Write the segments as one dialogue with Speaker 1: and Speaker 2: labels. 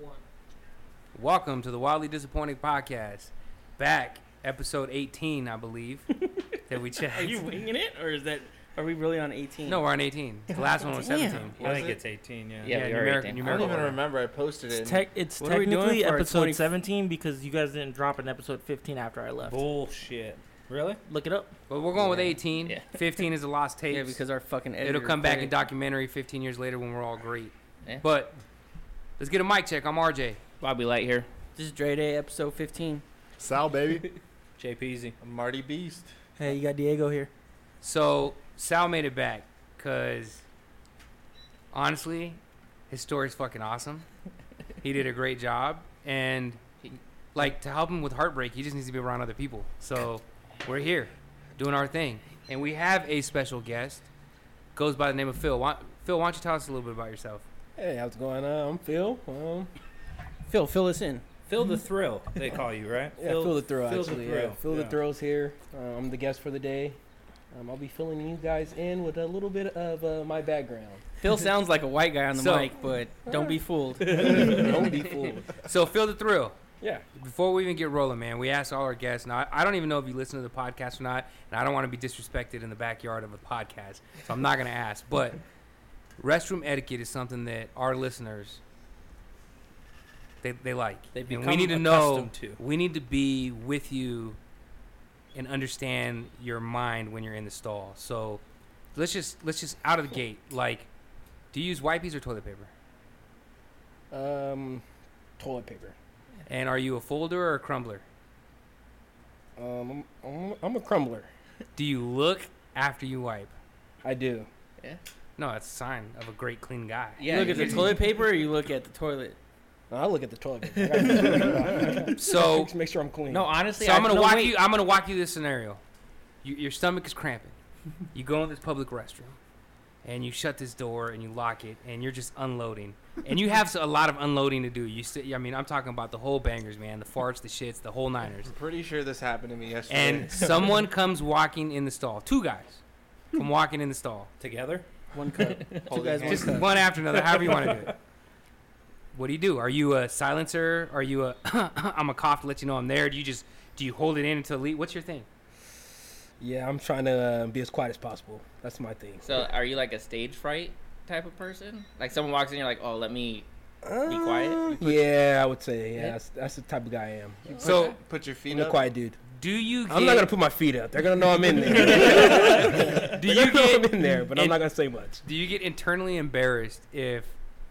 Speaker 1: one.
Speaker 2: Welcome to the Wildly Disappointing Podcast. Back, episode 18, I believe, that we checked.
Speaker 1: Are you winging it, or is that? Are we really on eighteen?
Speaker 2: No, we're on 18. The last one was 17.
Speaker 3: Damn.
Speaker 4: I
Speaker 2: Was
Speaker 4: think
Speaker 2: it?
Speaker 4: it's 18, yeah.
Speaker 3: Yeah, we are
Speaker 2: numeric-
Speaker 3: 18.
Speaker 4: I don't
Speaker 2: numerical
Speaker 4: even
Speaker 2: order.
Speaker 4: remember. I posted it.
Speaker 5: It's, tec- it's
Speaker 1: What are we doing
Speaker 5: technically
Speaker 1: for our
Speaker 5: episode
Speaker 1: 20
Speaker 5: 17 because you guys didn't drop an episode 15 after I left.
Speaker 4: Bullshit. Really?
Speaker 5: Look it up.
Speaker 2: But we're going with 18.
Speaker 3: Yeah.
Speaker 2: 15 is a lost tape.
Speaker 3: Yeah, because our fucking editor
Speaker 2: it'll come back
Speaker 3: quit.
Speaker 2: in documentary 15 years later when we're all great.
Speaker 3: Yeah.
Speaker 2: But let's get a mic check. I'm RJ.
Speaker 3: Bobby Light here. This is Dre Day, episode 15.
Speaker 6: Sal, baby.
Speaker 4: JPZ. I'm Marty Beast.
Speaker 5: Hey, you got Diego here.
Speaker 2: So Sal made it back because honestly, his story's fucking awesome. He did a great job, and like to help him with heartbreak, he just needs to be around other people. So we're here doing our thing, and we have a special guest. Goes by the name of Phil. Why, Phil, why don't you tell us a little bit about yourself?
Speaker 7: Hey, how's it going? Uh, I'm Phil. Um,
Speaker 3: Phil, fill us in.
Speaker 4: Phil the Thrill, they call you, right?
Speaker 7: yeah, Phil, the Thrill,
Speaker 4: Phil the
Speaker 7: actually.
Speaker 4: Thrill,
Speaker 7: Yeah, Phil
Speaker 4: yeah.
Speaker 7: the Thrill's here. Uh, I'm the guest for the day. Um, I'll be filling you guys in with a little bit of uh, my background.
Speaker 3: Phil sounds like a white guy on the
Speaker 2: So-
Speaker 3: mic, but don't be fooled.
Speaker 7: Don't be fooled.
Speaker 2: So Phil the Thrill.
Speaker 7: Yeah.
Speaker 2: Before we even get rolling, man, we asked all our guests. Now, I- I don't even know if you listen to the podcast or not, and I don't want to be disrespected in the backyard of a podcast, so I'm not going to ask. But restroom etiquette is something that our listeners they, they like.
Speaker 4: They
Speaker 2: and
Speaker 4: become
Speaker 2: we need to know.
Speaker 4: accustomed to.
Speaker 2: We need to be with you and understand your mind when you're in the stall. So let's just let's just out of the gate. Like, do you use wipes or toilet paper?
Speaker 7: Um, toilet paper.
Speaker 2: And are you a folder or a crumbler?
Speaker 7: Um, I'm, I'm, I'm a crumbler.
Speaker 2: Do you look after you wipe?
Speaker 7: I do.
Speaker 2: No, that's a sign of a great clean guy.
Speaker 3: You look at the toilet paper or you look at the toilet?
Speaker 7: I look at the toilet paper. I gotta-
Speaker 2: So,
Speaker 7: Just make sure I'm
Speaker 4: Oh.
Speaker 7: clean.
Speaker 3: No, honestly,
Speaker 2: so I'm gonna
Speaker 3: no,
Speaker 2: walk
Speaker 3: wait.
Speaker 2: you. I'm gonna walk you this scenario. You, your stomach is cramping. You go in this public restroom, and you shut this door and you lock it, and you're just unloading. And you have a lot of unloading to do. You sit. I mean, I'm talking about the whole bangers, man. The farts, the shits, the whole niners.
Speaker 4: I'm pretty sure this happened to me yesterday.
Speaker 2: And someone comes walking in the stall. Two guys come walking in the stall.
Speaker 4: Together?
Speaker 7: one cup. Two
Speaker 4: Holding
Speaker 7: guys, one
Speaker 4: hands.
Speaker 2: Just
Speaker 7: cup.
Speaker 2: one after another, however you want to do it. What do you do? Are you a silencer? Are you a I'm a cough to let you know I'm there? Do you just do you hold it in until leave? What's your thing?
Speaker 7: Yeah, I'm trying to uh, be as quiet as possible. That's my thing.
Speaker 3: So, are you like a stage fright type of person? Like, someone walks in, you're like, oh, let me. Be quiet?
Speaker 7: Um, Yeah, I would say. Yeah,
Speaker 3: Yeah.
Speaker 7: That's, that's the type of guy I am.
Speaker 2: So
Speaker 4: Put your feet
Speaker 7: I'm a quiet dude.
Speaker 2: do you get
Speaker 7: I'm not gonna put my feet up. They're gonna know I'm in there.
Speaker 2: do
Speaker 7: They're
Speaker 2: you
Speaker 7: gonna know
Speaker 2: get
Speaker 7: I'm in there, but I'm
Speaker 2: and-
Speaker 7: not gonna say much.
Speaker 2: do you get internally embarrassed if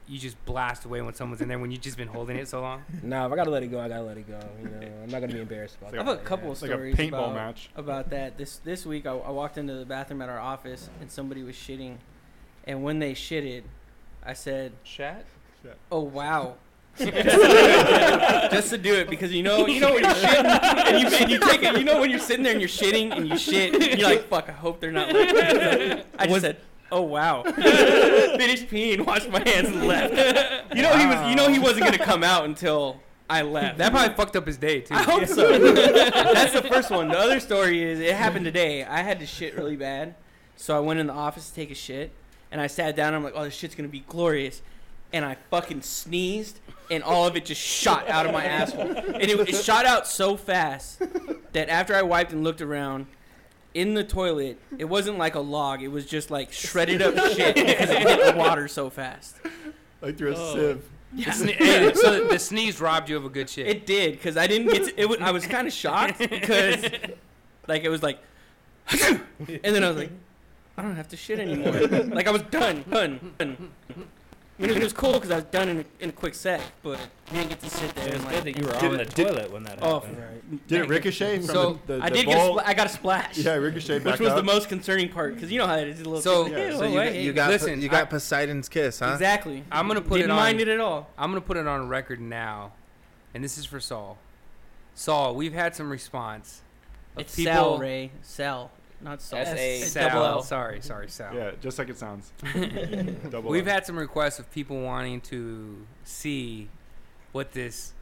Speaker 2: you just blast away when someone's in there when you've just been holding it so long?
Speaker 7: Nah, if I gotta let it go, I gotta let it go. You know, I'm not gonna be embarrassed about
Speaker 6: It's
Speaker 7: that. yeah.
Speaker 6: like a-
Speaker 7: it.
Speaker 6: I've
Speaker 7: a
Speaker 6: couple
Speaker 7: of
Speaker 6: It's like a paintball match.
Speaker 1: about that this this week I, I walked into the bathroom at our office and somebody was shitting and when they shitted i said
Speaker 4: Chat?
Speaker 1: oh wow
Speaker 3: Just to do it because you know you know when you're shitting and you, and you take it you know when you're sitting there and you're shitting and you shit and you're like fuck I hope they're not listening. I just said oh wow finished peeing washed my hands and left you know he was you know he wasn't gonna come out until I left
Speaker 2: That probably fucked up his day too.
Speaker 3: I hope so that's the first one the other story is it happened today I had to shit really bad so I went in the office to take a shit and I sat down I'm like oh this shit's gonna be glorious and I fucking sneezed and all of it just shot out of my asshole. And it, it shot out so fast that after I wiped and looked around in the toilet, it wasn't like a log. It was just like shredded up shit because it hit the water so fast.
Speaker 6: Like through a sieve.
Speaker 2: The sne- hey, so the sneeze robbed you of a good shit.
Speaker 3: It did because I didn't get. To, it. wa- I was kind of shocked because, like, it was like, and then I was like, I don't have to shit anymore. Like I was done, done, done. I mean, it was cool because I was done in a, in a quick sec, but I didn't get to sit there.
Speaker 4: It was
Speaker 3: and,
Speaker 4: good
Speaker 3: like,
Speaker 4: that you were
Speaker 6: Did
Speaker 4: on the
Speaker 6: it- did-
Speaker 4: toilet when that
Speaker 3: Oh,
Speaker 4: happened.
Speaker 7: Right.
Speaker 6: Did it ricochet from
Speaker 2: So,
Speaker 6: the, the, the
Speaker 3: I did get. A
Speaker 6: ball?
Speaker 3: spl- I got a splash,
Speaker 6: yeah, it ricocheted back
Speaker 3: which was
Speaker 6: up.
Speaker 3: the most concerning part because you know how it is. A little
Speaker 2: So-
Speaker 3: Ew,
Speaker 6: Yeah,
Speaker 4: So you,
Speaker 3: wait.
Speaker 4: you got
Speaker 2: Listen,
Speaker 4: you got
Speaker 2: I-
Speaker 4: Poseidon's kiss, huh?
Speaker 3: exactly.
Speaker 2: I'm gonna put
Speaker 3: didn't
Speaker 2: it on.
Speaker 3: mind it at all.
Speaker 2: I'm gonna put it on record now, and this is for Saul. Saul, we've had some response of
Speaker 1: it's
Speaker 2: people.
Speaker 1: sal ray sal not sal
Speaker 3: S A
Speaker 1: S-
Speaker 2: Sal,
Speaker 1: double L.
Speaker 2: sorry, sorry, Sal.
Speaker 6: yeah, just like it sounds. Double
Speaker 2: We've
Speaker 6: up.
Speaker 2: had some requests of people wanting to see what this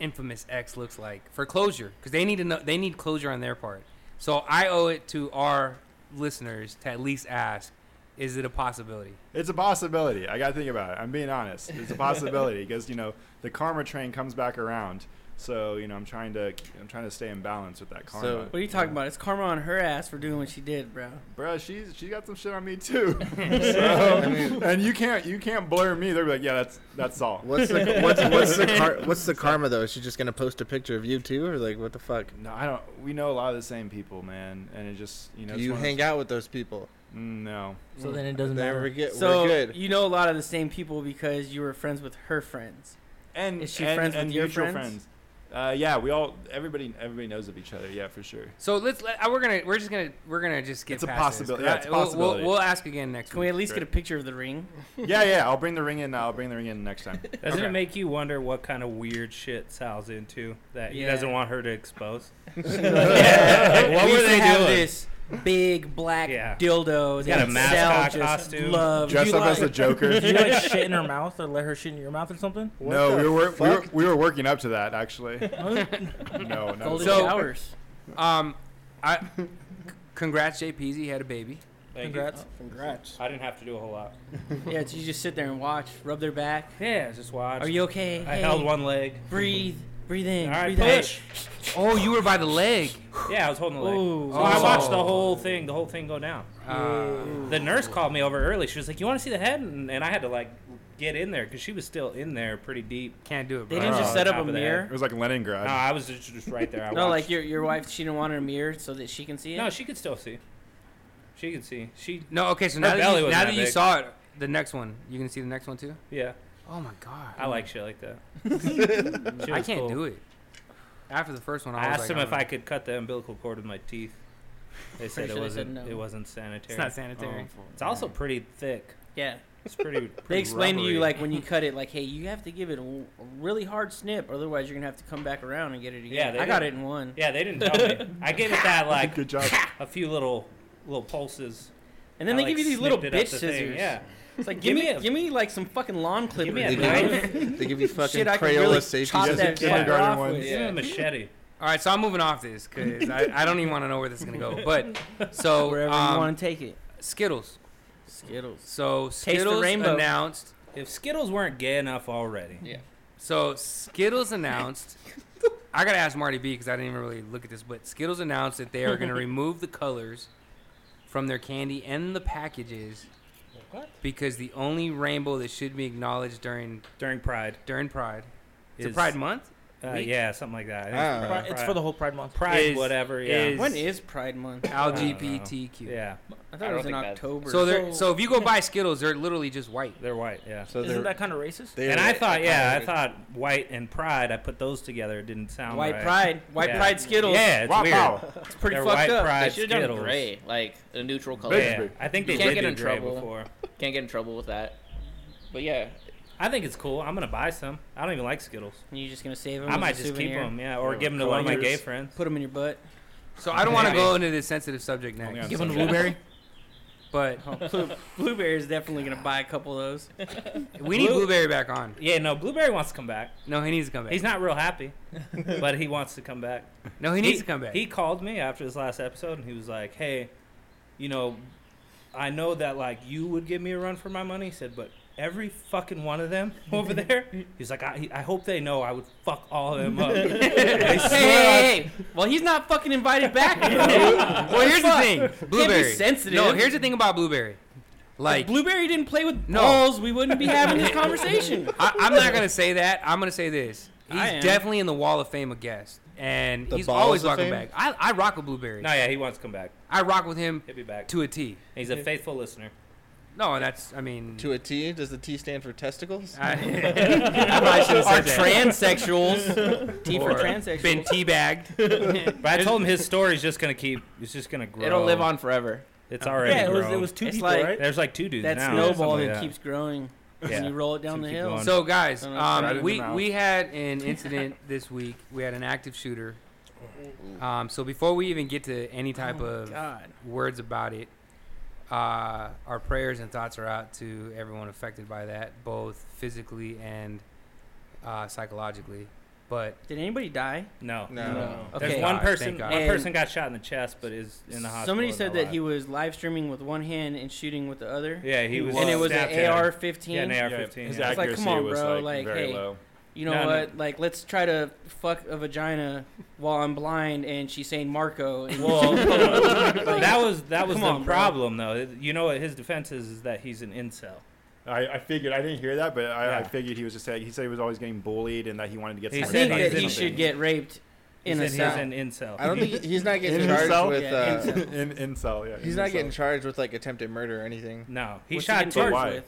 Speaker 2: infamous X looks like for closure, because they need to know. They need closure on their part. So I owe it to our listeners to at least ask, Is it a possibility?
Speaker 6: It's a possibility. I got to think about it. I'm being honest. It's a possibility because you know the karma train comes back around. So you know I'm trying to I'm trying to stay in balance with that karma.
Speaker 5: So-
Speaker 3: What are you talking about? It's karma on her ass for doing what she did, bro.
Speaker 6: Bruh, she's she got some shit on me too. so, and you can't you can't blur me. They're like, yeah, that's that's all.
Speaker 8: What's the what's, what's the car, what's the karma though? Is she just gonna post a picture of you too, or like what the fuck?
Speaker 6: No, I don't. We know a lot of the same people, man, and it just you know.
Speaker 8: Do you hang out with those people?
Speaker 6: Mm, No,
Speaker 9: So then it doesn't
Speaker 8: There
Speaker 9: matter.
Speaker 8: we get.
Speaker 3: So
Speaker 8: we're good.
Speaker 3: you know a lot of the same people because you were friends with her friends.
Speaker 6: and
Speaker 3: Is she
Speaker 6: and-
Speaker 3: friends with
Speaker 6: and
Speaker 3: your
Speaker 6: mutual
Speaker 3: friends?
Speaker 6: Uh, yeah, we all everybody everybody knows of each other. Yeah, for sure.
Speaker 2: So let's let, uh, we're gonna we're just gonna we're gonna just get
Speaker 6: It's a
Speaker 2: past this,
Speaker 6: possibil-
Speaker 2: 'cause
Speaker 6: yeah,
Speaker 2: I-
Speaker 6: it's a
Speaker 2: we'll-
Speaker 6: possibility.
Speaker 2: We'll, we'll ask again next
Speaker 3: Can we
Speaker 2: week.
Speaker 3: at least
Speaker 6: Great.
Speaker 3: get a picture of the ring?
Speaker 6: Yeah, yeah. I'll bring the ring in. I'll bring the ring in next time.
Speaker 5: Doesn't
Speaker 2: Okay.
Speaker 5: it make you wonder what kind of weird shit Sal's into that he
Speaker 3: Yeah.
Speaker 5: doesn't want her to expose?
Speaker 3: what
Speaker 5: What
Speaker 3: we
Speaker 5: were
Speaker 3: used to
Speaker 5: they
Speaker 3: have
Speaker 5: doing?
Speaker 3: this big black
Speaker 5: Yeah.
Speaker 3: dildo
Speaker 5: He's got
Speaker 3: that
Speaker 5: a
Speaker 3: Sal
Speaker 5: mascot
Speaker 3: just
Speaker 5: costume.
Speaker 3: loved.
Speaker 6: Dress
Speaker 3: You
Speaker 6: up as the
Speaker 3: like-
Speaker 6: Joker.
Speaker 9: Do you like shit in her mouth or let her shit in your mouth or something?
Speaker 8: What
Speaker 6: no,
Speaker 8: the
Speaker 6: we were, we were
Speaker 8: fuck?
Speaker 6: we were working up to that actually. no, no.
Speaker 3: golden
Speaker 2: So-
Speaker 3: showers.
Speaker 2: um, I c- congrats Jay Peasy had a baby.
Speaker 5: Like,
Speaker 9: Congrats.
Speaker 8: Congrats.
Speaker 5: I didn't have to do a whole lot.
Speaker 3: Yeah, it's, you just sit there and watch, rub their back.
Speaker 5: Yeah, just watch.
Speaker 3: Are you okay?
Speaker 5: I
Speaker 3: Hey,
Speaker 5: held one leg.
Speaker 3: Breathe, breathe in,
Speaker 5: All right,
Speaker 3: breathe out.
Speaker 5: push.
Speaker 2: Oh, you were by the leg.
Speaker 5: Yeah, I was holding the leg.
Speaker 3: Ooh.
Speaker 5: So I
Speaker 2: Oh.
Speaker 5: watched the whole thing, the whole thing go down.
Speaker 2: Uh,
Speaker 5: The nurse called me over early. She was like, "You want to see the head?" And, and I had to like get in there because she was still in there, pretty deep.
Speaker 2: can't do it,
Speaker 3: They
Speaker 2: bro.
Speaker 3: didn't
Speaker 6: Wow.
Speaker 3: just set up
Speaker 5: Top
Speaker 3: a
Speaker 5: of the
Speaker 3: mirror.
Speaker 6: It was like Leningrad.
Speaker 5: No, I was just, just right there. I
Speaker 3: No,
Speaker 5: watched.
Speaker 3: like your your wife, she didn't want her mirror so that she can see it.
Speaker 5: no, she could still see. She could see. She
Speaker 2: no, okay. So now that
Speaker 5: belly
Speaker 2: you,
Speaker 5: wasn't
Speaker 2: now
Speaker 5: that
Speaker 2: that you
Speaker 5: big.
Speaker 2: saw it, the next one you can see the next one too.
Speaker 5: yeah.
Speaker 2: Oh my god,
Speaker 5: I like shit like that.
Speaker 2: I can't do it. After the first one, I,
Speaker 5: I
Speaker 2: was
Speaker 5: asked
Speaker 2: like, "Mm."
Speaker 5: them
Speaker 2: I'm
Speaker 5: if I could cut the umbilical cord with my teeth. They said it
Speaker 3: sure they
Speaker 5: wasn't.
Speaker 3: said no.
Speaker 5: It wasn't sanitary.
Speaker 2: It's not sanitary.
Speaker 5: It's also pretty thick.
Speaker 3: Yeah.
Speaker 5: It's pretty.
Speaker 3: They
Speaker 5: pretty
Speaker 3: explain to you
Speaker 5: rubbery.
Speaker 3: like when you cut it, like, hey, you have to give it a w- a really hard snip, otherwise you're gonna have to come back around and get it again.
Speaker 5: Yeah, they
Speaker 3: I got
Speaker 5: do.
Speaker 3: it in one.
Speaker 5: Yeah, they didn't tell me. I gave it that like
Speaker 6: Good job.
Speaker 5: a few little little pulses.
Speaker 3: And then
Speaker 5: I,
Speaker 3: they give
Speaker 5: like,
Speaker 3: you these little
Speaker 5: snipped it up
Speaker 3: bitch
Speaker 5: the
Speaker 3: scissors.
Speaker 5: thing. Yeah.
Speaker 3: It's like
Speaker 5: Give
Speaker 3: give,
Speaker 5: me
Speaker 3: me,
Speaker 5: a-
Speaker 3: give me like some fucking lawn clippers.
Speaker 5: me
Speaker 8: They
Speaker 5: a
Speaker 3: dude.
Speaker 8: give, you, they give you fucking
Speaker 3: Shit, I
Speaker 8: Crayola
Speaker 3: can really
Speaker 8: safety.
Speaker 3: chop
Speaker 6: Yes,
Speaker 3: that
Speaker 6: the
Speaker 3: fucker
Speaker 6: kindergarten
Speaker 3: off
Speaker 6: ones.
Speaker 3: with.
Speaker 5: Give him a machete.
Speaker 2: All right, so I'm moving off this because I, I don't even want to know where this is gonna go. But so
Speaker 3: Wherever
Speaker 2: um,
Speaker 3: you want to take it.
Speaker 2: Skittles.
Speaker 3: Skittles.
Speaker 2: So
Speaker 3: the
Speaker 2: Skittles
Speaker 3: rainbow.
Speaker 2: announced.
Speaker 5: If Skittles weren't gay enough already,
Speaker 2: So Skittles announced. I gotta ask Marty B because I didn't even really look at this, but Skittles announced that they are gonna remove the colors from their candy and the packages
Speaker 5: What?
Speaker 2: because the only rainbow that should be acknowledged during
Speaker 5: during Pride,
Speaker 2: during Pride. It's
Speaker 5: Is-
Speaker 2: a Pride Month.
Speaker 5: uh,
Speaker 2: Week?
Speaker 5: yeah, something like that. I think
Speaker 8: Ah.
Speaker 9: Pri- It's for the whole Pride month.
Speaker 5: Pride,
Speaker 2: is-
Speaker 5: whatever. Yeah.
Speaker 2: is-
Speaker 3: When is Pride Month?
Speaker 2: LGBTQ.
Speaker 5: yeah,
Speaker 3: I thought it was in October.
Speaker 2: So they're so if you go buy Skittles, they're literally just white.
Speaker 5: they're white. Yeah.
Speaker 8: So
Speaker 9: Isn't
Speaker 8: they're,
Speaker 9: that kind of racist?
Speaker 8: they're
Speaker 5: And I thought, yeah, I thought white and pride. I put those together. It didn't sound
Speaker 3: White
Speaker 5: right.
Speaker 3: Pride, White
Speaker 5: Yeah.
Speaker 3: Pride Skittles.
Speaker 5: Yeah, it's
Speaker 6: Wow,
Speaker 5: weird.
Speaker 6: wow.
Speaker 3: it's pretty
Speaker 5: They're
Speaker 3: fucked
Speaker 5: white
Speaker 3: up.
Speaker 5: pride
Speaker 10: They should have done
Speaker 5: Skittles.
Speaker 10: gray, like a neutral color.
Speaker 5: Yeah, I think they
Speaker 10: You can't
Speaker 5: did
Speaker 10: get
Speaker 5: do
Speaker 10: in
Speaker 5: gray
Speaker 10: trouble.
Speaker 5: before.
Speaker 10: Can't get in trouble with that. But yeah,
Speaker 5: I think it's cool. I'm gonna buy some. I don't even like Skittles.
Speaker 3: And you're just gonna save them.
Speaker 5: I might just keep them. Yeah, or
Speaker 6: They're
Speaker 5: give them to one of my
Speaker 6: collectors.
Speaker 5: gay friends.
Speaker 3: Put them in your butt.
Speaker 2: So I don't want to
Speaker 5: Yeah. Oh
Speaker 2: go into this sensitive subject
Speaker 6: Only
Speaker 2: next.
Speaker 6: on
Speaker 2: Give them a
Speaker 6: Sunday.
Speaker 2: blueberry. But
Speaker 3: Oh, blue, blueberry is definitely gonna buy a couple of those.
Speaker 2: we need
Speaker 5: Blue-
Speaker 2: blueberry back on.
Speaker 5: Yeah, no, Blueberry wants to come back.
Speaker 2: No, he needs to come back.
Speaker 5: He's not real happy, but he wants to come back.
Speaker 2: no, he needs to come back.
Speaker 5: He called me after this last episode and he was like, "Hey, you know, I know that like you would give me a run for my money." He said, "But every fucking one of them over there." He's like, "I, I hope they know I would fuck all of them up." I
Speaker 3: hey,
Speaker 5: swear
Speaker 3: hey, hey, hey. Well, he's not fucking invited back. bro.
Speaker 2: well, here's the
Speaker 3: Fuck.
Speaker 2: thing. Blueberry.
Speaker 3: sensitive.
Speaker 2: No, here's the thing about blueberry. Like,
Speaker 3: if Blueberry didn't play with
Speaker 2: No.
Speaker 3: balls, we wouldn't be having this conversation.
Speaker 2: I, I'm not gonna say that. I'm gonna say this. He's
Speaker 3: I am.
Speaker 2: definitely in the Wall of Fame of guests, and
Speaker 8: The
Speaker 2: he's
Speaker 8: Balls
Speaker 2: always
Speaker 8: of
Speaker 2: rocking
Speaker 8: Fame?
Speaker 2: back. I, I rock with blueberry.
Speaker 5: I- no, yeah, he wants to come back.
Speaker 2: I rock with him
Speaker 5: He'll be back.
Speaker 2: to a T.
Speaker 5: He's a faithful listener.
Speaker 2: No, that's I mean.
Speaker 8: to a T. Does the T stand for testicles?
Speaker 2: I,
Speaker 3: I probably should have
Speaker 2: Our
Speaker 3: said that. transsexuals. T for
Speaker 2: or
Speaker 3: transsexuals.
Speaker 2: Been teabagged.
Speaker 5: But I told him his story's just gonna keep. It's just gonna grow.
Speaker 10: it'll live on forever.
Speaker 5: It's already
Speaker 9: Yeah, it was,
Speaker 5: grown.
Speaker 9: it was two
Speaker 3: It's
Speaker 9: people,
Speaker 3: like-
Speaker 9: right?
Speaker 5: There's like two dudes
Speaker 3: that
Speaker 5: now.
Speaker 3: snowball
Speaker 5: Something
Speaker 3: that
Speaker 5: like
Speaker 3: keeps growing and
Speaker 5: Yeah.
Speaker 3: you roll it down
Speaker 5: So
Speaker 3: the
Speaker 5: keep
Speaker 3: hill.
Speaker 5: going.
Speaker 2: So guys,
Speaker 3: I don't know, right
Speaker 6: in
Speaker 2: um,
Speaker 6: the
Speaker 2: we
Speaker 6: mouth.
Speaker 2: we had an incident this week. We had an active shooter.
Speaker 8: Oh.
Speaker 2: Um, so before we even get to any type of
Speaker 3: Oh, God.
Speaker 2: words about it, uh, our prayers and thoughts are out to everyone affected by that, both physically and uh, psychologically. But
Speaker 3: Did anybody die?
Speaker 5: No.
Speaker 7: No.
Speaker 5: There's
Speaker 3: Okay.
Speaker 5: one
Speaker 2: God,
Speaker 5: person.
Speaker 2: thank God.
Speaker 5: One
Speaker 3: And-
Speaker 5: person got shot in the chest, but is in the hospital.
Speaker 3: Somebody
Speaker 5: and
Speaker 3: said
Speaker 5: alive.
Speaker 3: that he was live streaming with one hand and shooting with the other.
Speaker 5: Yeah, he was.
Speaker 3: and it was
Speaker 5: stabbed
Speaker 3: an
Speaker 5: at.
Speaker 3: AR-15.
Speaker 5: Yeah, an
Speaker 6: Yeah,
Speaker 5: AR-15.
Speaker 6: his
Speaker 5: yeah.
Speaker 3: like, come
Speaker 6: accuracy
Speaker 3: on,
Speaker 6: was
Speaker 3: bro,
Speaker 6: like,
Speaker 3: like,
Speaker 6: very
Speaker 3: hey.
Speaker 6: low.
Speaker 3: You know
Speaker 5: No, no.
Speaker 3: what? Like, let's try to fuck a vagina while I'm blind and she's saying Marco. And
Speaker 5: Well, that was that was
Speaker 3: Come
Speaker 5: the
Speaker 3: on, bro.
Speaker 5: problem, though. You know what his defense is? Is that he's an incel.
Speaker 6: I, I figured I didn't hear that, but I, I
Speaker 5: Yeah.
Speaker 6: figured he was just saying he said he was always getting bullied and that he wanted to get.
Speaker 5: He
Speaker 3: I
Speaker 6: some
Speaker 5: said
Speaker 3: think
Speaker 6: advice
Speaker 5: he's
Speaker 3: that
Speaker 6: or
Speaker 3: he
Speaker 5: in-
Speaker 3: should
Speaker 6: something.
Speaker 3: get raped in
Speaker 5: he
Speaker 3: a
Speaker 5: said
Speaker 3: cell.
Speaker 5: he's an incel.
Speaker 7: I don't think he's not getting
Speaker 6: In
Speaker 7: charged
Speaker 6: himself?
Speaker 7: with.
Speaker 3: Yeah,
Speaker 7: Uh,
Speaker 3: in himself.
Speaker 6: in incel. Yeah,
Speaker 7: he's
Speaker 6: in
Speaker 7: not
Speaker 6: incel.
Speaker 7: getting charged with like attempted murder or anything.
Speaker 5: no, he
Speaker 3: What's
Speaker 5: shot
Speaker 3: getting
Speaker 5: two
Speaker 6: charged? Why?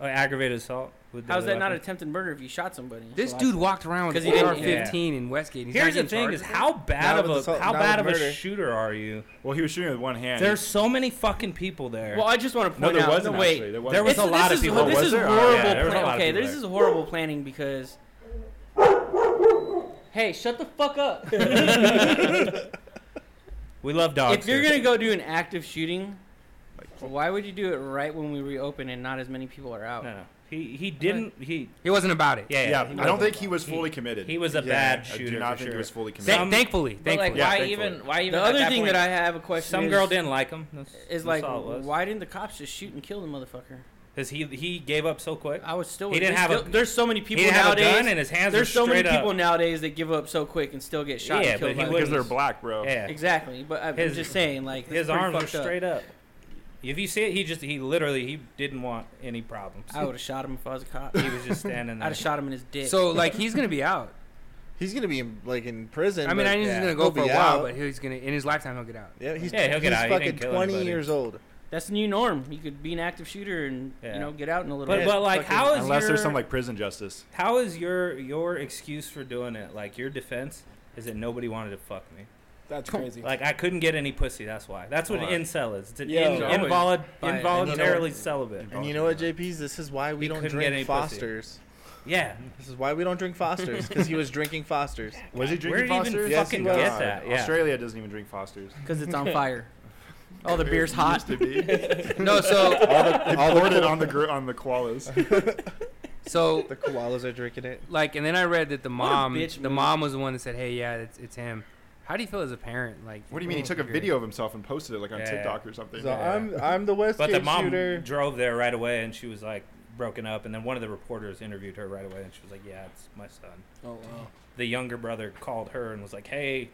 Speaker 5: oh, aggravated assault. With the
Speaker 3: How's that not
Speaker 5: weapon.
Speaker 3: attempted murder if you shot somebody?
Speaker 2: this dude walked around with
Speaker 3: 'Cause he didn't-
Speaker 2: AR-15 in Westgate. and he's
Speaker 5: Here's the
Speaker 2: not getting
Speaker 5: thing:
Speaker 2: charged
Speaker 5: is
Speaker 2: with
Speaker 5: how bad
Speaker 7: Not
Speaker 5: of
Speaker 7: with
Speaker 5: a
Speaker 7: assault,
Speaker 5: how
Speaker 7: not
Speaker 5: bad of
Speaker 7: with
Speaker 5: a
Speaker 7: murder.
Speaker 5: shooter are you?
Speaker 6: Well, he was shooting with one hand.
Speaker 5: There's so many fucking people there.
Speaker 3: Well, I just want to
Speaker 6: no,
Speaker 3: point
Speaker 6: there
Speaker 3: out.
Speaker 6: wasn't.
Speaker 3: no, wait.
Speaker 6: actually. There wasn't.
Speaker 5: There was
Speaker 3: It's-
Speaker 5: a lot
Speaker 3: this
Speaker 5: of
Speaker 3: is-
Speaker 5: people.
Speaker 3: This
Speaker 6: Was
Speaker 3: is
Speaker 6: there?
Speaker 3: horrible.
Speaker 5: Yeah, there was a
Speaker 3: plan-
Speaker 5: lot of
Speaker 3: okay,
Speaker 5: people
Speaker 3: this
Speaker 5: there.
Speaker 3: is horrible planning because. Hey, shut the fuck up!
Speaker 5: we love dogs.
Speaker 3: if you're
Speaker 5: here.
Speaker 3: gonna go do an active shooting, why would you do it right when we reopen and not as many people are out?
Speaker 5: no, no. he he didn't he
Speaker 2: it. He wasn't about it.
Speaker 5: yeah,
Speaker 6: Yeah,
Speaker 5: he
Speaker 6: I don't
Speaker 5: wasn't-
Speaker 6: think he was fully committed.
Speaker 5: he was a
Speaker 6: Yeah,
Speaker 5: bad
Speaker 6: I do
Speaker 5: shooter.
Speaker 6: not
Speaker 5: for
Speaker 6: think
Speaker 5: sure.
Speaker 6: he was fully committed.
Speaker 2: Thank- thankfully,
Speaker 10: But like,
Speaker 2: thankfully.
Speaker 10: why
Speaker 6: thankfully.
Speaker 10: even? Why even?
Speaker 3: The
Speaker 10: at
Speaker 3: other
Speaker 10: that
Speaker 3: thing
Speaker 10: point,
Speaker 3: that I have a question
Speaker 5: Some
Speaker 3: is,
Speaker 5: girl didn't like him. That's,
Speaker 3: is
Speaker 5: that's
Speaker 3: like,
Speaker 5: all it was.
Speaker 3: why didn't the cops just shoot and kill the motherfucker?
Speaker 5: Because he he gave up so quick.
Speaker 3: I was still.
Speaker 5: He didn't
Speaker 3: there's
Speaker 5: have a-
Speaker 3: still- There's so many
Speaker 5: He
Speaker 3: Uh, people
Speaker 5: didn't have a
Speaker 3: nowadays.
Speaker 5: gun and his hands are
Speaker 3: there's so many
Speaker 5: straight
Speaker 3: people
Speaker 5: up.
Speaker 3: nowadays that give up so quick and still get shot.
Speaker 5: Yeah,
Speaker 3: and killed
Speaker 5: but
Speaker 3: by
Speaker 5: he
Speaker 3: the
Speaker 6: because
Speaker 3: police.
Speaker 6: they're black, bro.
Speaker 5: Yeah,
Speaker 3: Exactly, but I'm
Speaker 5: His-
Speaker 3: just saying, like that's
Speaker 5: his
Speaker 3: pretty
Speaker 5: arms were
Speaker 3: fucked up.
Speaker 5: straight up. If you see it, he just he literally he didn't want any problems.
Speaker 3: I would have shot him if I was a cop.
Speaker 5: he was just standing
Speaker 3: I'd
Speaker 5: there.
Speaker 3: have shot him in his dick.
Speaker 2: So like he's gonna be out.
Speaker 7: He's gonna be in, like in prison.
Speaker 2: I mean,
Speaker 7: but-
Speaker 2: I knew
Speaker 5: yeah.
Speaker 2: he's gonna go
Speaker 7: He'll
Speaker 2: for a
Speaker 7: be
Speaker 2: while,
Speaker 7: out.
Speaker 2: but he's gonna in his lifetime he'll get out.
Speaker 7: yeah, he's
Speaker 5: Yeah, he'll get
Speaker 7: he's
Speaker 5: out. He didn't
Speaker 7: fucking
Speaker 5: kill
Speaker 7: twenty
Speaker 5: anybody.
Speaker 7: years old.
Speaker 3: that's the new norm. You could be an active shooter and
Speaker 5: Yeah.
Speaker 3: you know get out in a little
Speaker 5: But
Speaker 3: bit.
Speaker 5: but like
Speaker 7: fucking-
Speaker 5: how is
Speaker 6: Unless
Speaker 5: your,
Speaker 6: there's some like prison justice.
Speaker 5: how is your your excuse for doing it? Like your defense is that nobody wanted to fuck me.
Speaker 7: That's crazy.
Speaker 5: Like I couldn't get any pussy. That's why. That's what
Speaker 6: Why?
Speaker 5: an incel is. It's an
Speaker 7: Yeah.
Speaker 5: in,
Speaker 7: It's
Speaker 3: always
Speaker 5: involu-
Speaker 3: by-
Speaker 5: involuntarily celibate.
Speaker 7: And you know what, JP's? This is why we
Speaker 5: He
Speaker 7: don't
Speaker 5: couldn't get any
Speaker 7: drink
Speaker 5: pussy.
Speaker 7: Fosters.
Speaker 5: Yeah.
Speaker 7: This is why we don't drink Fosters because he was drinking Fosters.
Speaker 6: Was he
Speaker 5: Where
Speaker 6: drinking
Speaker 5: do you even
Speaker 6: Fosters?
Speaker 7: Yes,
Speaker 5: fucking
Speaker 7: he was.
Speaker 5: get that? Yeah.
Speaker 6: Australia doesn't even drink Fosters.
Speaker 3: because it's on fire. Oh, the beer's hot.
Speaker 6: Used to be.
Speaker 2: No, so
Speaker 6: all the, they poured it on the gr- on the koalas.
Speaker 2: so
Speaker 7: The koalas are drinking it.
Speaker 2: like, and then I read that the mom,
Speaker 3: bitch
Speaker 2: the
Speaker 3: move.
Speaker 2: mom was the one that said, "Hey, yeah, it's it's him." How do you feel as a parent? Like, oh,
Speaker 6: What do you mean he took a
Speaker 2: you're-
Speaker 6: video of himself and posted it like on
Speaker 5: Yeah.
Speaker 6: TikTok or something?
Speaker 7: So I'm I'm the West
Speaker 5: But the
Speaker 7: Gate
Speaker 5: mom
Speaker 7: shooter.
Speaker 5: drove there right away, and she was like broken up. And then one of the reporters interviewed her right away, and she was like, "Yeah, it's my son."
Speaker 7: Oh wow.
Speaker 5: The younger brother called her and was like, "Hey,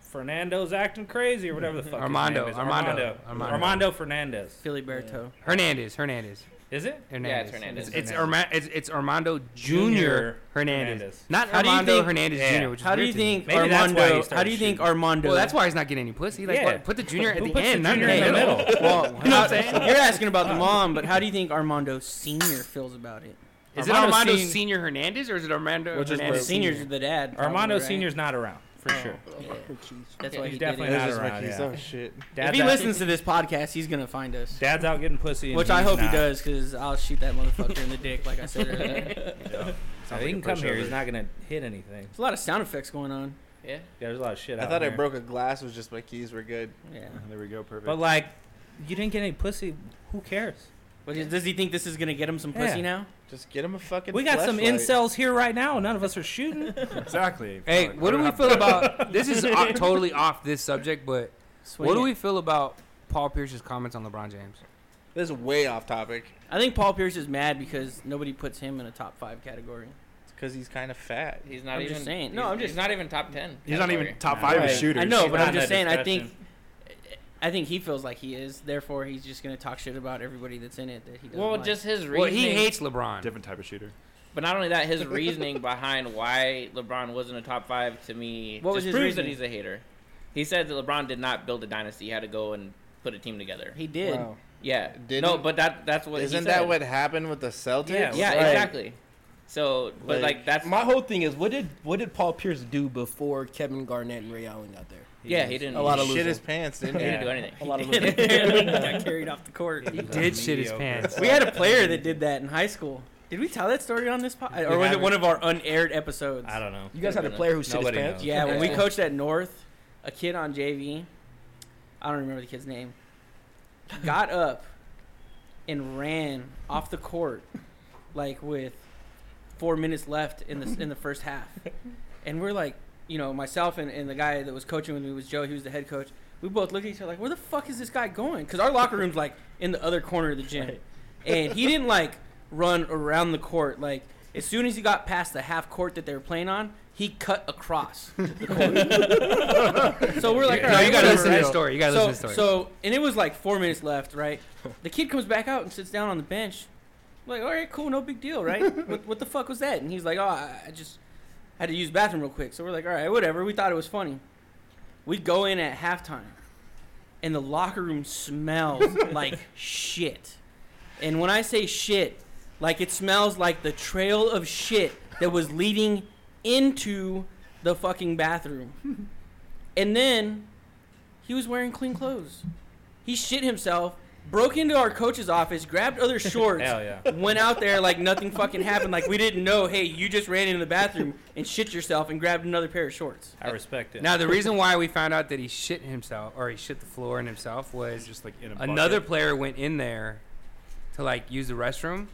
Speaker 5: Fernando's acting crazy or whatever the fuck." his
Speaker 2: Armando,
Speaker 5: name is.
Speaker 2: Armando,
Speaker 5: Armando,
Speaker 2: Armando.
Speaker 5: Armando Fernandez.
Speaker 3: Philly Berto.
Speaker 2: Hernandez, Hernandez,
Speaker 5: Is it?
Speaker 2: Hernandez.
Speaker 10: it's Hernandez.
Speaker 2: It's it's,
Speaker 5: Hernandez.
Speaker 2: Arma- it's, it's Armando
Speaker 5: Junior
Speaker 2: Junior Hernandez.
Speaker 5: Hernandez.
Speaker 2: not
Speaker 3: How do you
Speaker 2: Armando
Speaker 3: think-
Speaker 2: Hernandez
Speaker 5: Yeah.
Speaker 2: Junior. Which is
Speaker 3: How do
Speaker 2: weird
Speaker 3: you
Speaker 2: to me.
Speaker 3: think
Speaker 5: Maybe that's why he
Speaker 3: Armando?
Speaker 5: started
Speaker 3: How do you think
Speaker 5: shooting.
Speaker 3: Armando?
Speaker 2: Well, that's why he's not getting any pussy. Like,
Speaker 5: Yeah.
Speaker 2: what- put the junior at
Speaker 5: Who
Speaker 2: the
Speaker 5: puts the
Speaker 2: end, not
Speaker 5: junior
Speaker 2: in the middle.
Speaker 3: Well,
Speaker 2: You know what I'm
Speaker 3: how-
Speaker 2: saying?
Speaker 3: You're asking about the mom, but how do you think Armando Senior feels about it?
Speaker 2: Is it
Speaker 3: Armando
Speaker 2: Armando
Speaker 3: Sen-
Speaker 2: Senior Hernandez or is it Armando
Speaker 7: Which is
Speaker 2: Hernandez?
Speaker 7: where-
Speaker 3: Senior's the dad. probably,
Speaker 5: Armando
Speaker 3: right?
Speaker 5: Senior's not around for
Speaker 8: Oh,
Speaker 5: sure.
Speaker 3: That's why
Speaker 5: He's
Speaker 3: he
Speaker 5: definitely
Speaker 3: did
Speaker 5: not
Speaker 3: it.
Speaker 7: That's just
Speaker 5: around,
Speaker 7: my keys.
Speaker 5: yeah.
Speaker 7: Oh shit.
Speaker 3: If
Speaker 5: Dad's
Speaker 3: he
Speaker 5: out,
Speaker 3: listens to this podcast, he's gonna find us.
Speaker 5: Dad's out getting pussy, and
Speaker 3: Which I
Speaker 5: he's
Speaker 3: hope he
Speaker 5: not.
Speaker 3: does, because I'll shoot that motherfucker in the dick, like I said earlier.
Speaker 5: So he can come here. He's not gonna hit anything.
Speaker 3: There's a lot of sound effects going on.
Speaker 10: Yeah.
Speaker 5: Yeah, there's a lot of shit.
Speaker 7: I
Speaker 5: out
Speaker 7: thought I
Speaker 5: here.
Speaker 7: broke a glass. Was just my keys were good.
Speaker 3: Yeah.
Speaker 6: Oh, There we go. Perfect.
Speaker 5: But like, you didn't get any pussy. Who cares?
Speaker 3: But is- does he think this is gonna get him some pussy
Speaker 5: Yeah.
Speaker 3: now?
Speaker 7: Just get him a fucking.
Speaker 5: We got some
Speaker 7: fleshlight.
Speaker 5: incels here right now. None of us are shooting.
Speaker 6: exactly.
Speaker 2: Hey,
Speaker 6: Fuck,
Speaker 2: what do
Speaker 6: don't
Speaker 2: we
Speaker 6: have-
Speaker 2: feel about? This is o- totally off this subject, but
Speaker 3: Swing
Speaker 2: what do
Speaker 3: it.
Speaker 2: we feel about Paul Pierce's comments on LeBron James?
Speaker 7: This is way off topic
Speaker 3: I think Paul Pierce is mad because nobody puts him in a top five category.
Speaker 7: because he's kind of fat.
Speaker 10: He's not
Speaker 3: I'm
Speaker 10: even.
Speaker 3: just saying. No,
Speaker 10: he's-
Speaker 3: I'm just-
Speaker 10: he's not even top ten.
Speaker 6: He's not even
Speaker 10: category.
Speaker 6: top five
Speaker 7: Right.
Speaker 6: of shooters.
Speaker 3: I know,
Speaker 5: He's
Speaker 3: but
Speaker 5: not
Speaker 3: I'm just
Speaker 5: in that
Speaker 3: saying. I think,
Speaker 5: discussion.
Speaker 3: I think he feels like he is. Therefore, he's just gonna talk shit about everybody that's in it that he doesn't.
Speaker 10: Well,
Speaker 3: like.
Speaker 10: just his reasoning.
Speaker 2: Well, he hates LeBron.
Speaker 6: Different type of shooter.
Speaker 10: But not only that, his reasoning behind why LeBron wasn't a top five to me
Speaker 3: What
Speaker 10: what
Speaker 3: was
Speaker 10: just
Speaker 3: his
Speaker 10: proves that
Speaker 3: reasoning?
Speaker 10: he's a hater. He said that LeBron did not build a dynasty; he had to go and put a team together.
Speaker 3: he did.
Speaker 7: Wow.
Speaker 10: Yeah,
Speaker 7: Didn't-
Speaker 10: no, but that—that's what. he
Speaker 7: Isn't
Speaker 10: said.
Speaker 7: that what happened with the Celtics?
Speaker 5: Yeah,
Speaker 10: Yeah,
Speaker 7: Like,
Speaker 10: exactly. So, but like, that's
Speaker 8: My whole thing is what did what did Paul Pierce do before Kevin Garnett and Ray Allen got there?
Speaker 10: yeah, he didn't.
Speaker 8: A lot
Speaker 7: He
Speaker 8: of
Speaker 7: shit
Speaker 8: losing.
Speaker 7: his pants, didn't
Speaker 10: He
Speaker 7: he?
Speaker 10: didn't do anything.
Speaker 8: A lot of
Speaker 3: He got carried off the court.
Speaker 2: He did shit his
Speaker 5: mediocre.
Speaker 2: pants.
Speaker 3: We had a player that did that in high school. Did we tell that story on this podcast,
Speaker 5: We
Speaker 3: or was it
Speaker 5: haven't.
Speaker 3: one of our unaired episodes?
Speaker 5: I don't know.
Speaker 8: You guys had a player who shit his
Speaker 5: Nobody
Speaker 8: pants.
Speaker 5: knows.
Speaker 3: Yeah, when we
Speaker 8: Yeah.
Speaker 3: coached at North, a kid on JV, I don't remember the kid's name, got up and ran off the court like with four minutes left in the in the first half, And we're like, you know, myself and, and the guy that was coaching with me was Joe. He was the head coach. We both looked at each other like, where the fuck is this guy going? Because our locker room's like in the other corner of the gym. And he didn't like run around the court. Like, as soon as he got past the half court that they were playing on, he cut across the court. so we're like, all
Speaker 2: no,
Speaker 3: right,
Speaker 2: you gotta
Speaker 3: whatever."
Speaker 2: listen to that story. You gotta
Speaker 3: so,
Speaker 2: listen to the story.
Speaker 3: so, and it was like four minutes left, right? The kid comes back out and sits down on the bench. I'm like, all right, cool, no big deal, right? what, what the fuck was that? And he's like, oh, I I just had to use the bathroom real quick. So we're like, all right, whatever. We thought it was funny. We go in at halftime, and the locker room smells like shit. And when I say shit, like it smells like the trail of shit that was leading into the fucking bathroom. And then he was wearing clean clothes. He shit himself, broke into our coach's office, grabbed other shorts,
Speaker 5: Hell yeah.
Speaker 3: went out there like nothing fucking happened. Like we didn't know, hey, you just ran into the bathroom and shit yourself and grabbed another pair of shorts.
Speaker 5: I respect it.
Speaker 2: now the reason why we found out that he shit himself or he shit the floor in himself was
Speaker 6: It's just like in a
Speaker 2: another
Speaker 6: bucket.
Speaker 2: player went in there to like use the restroom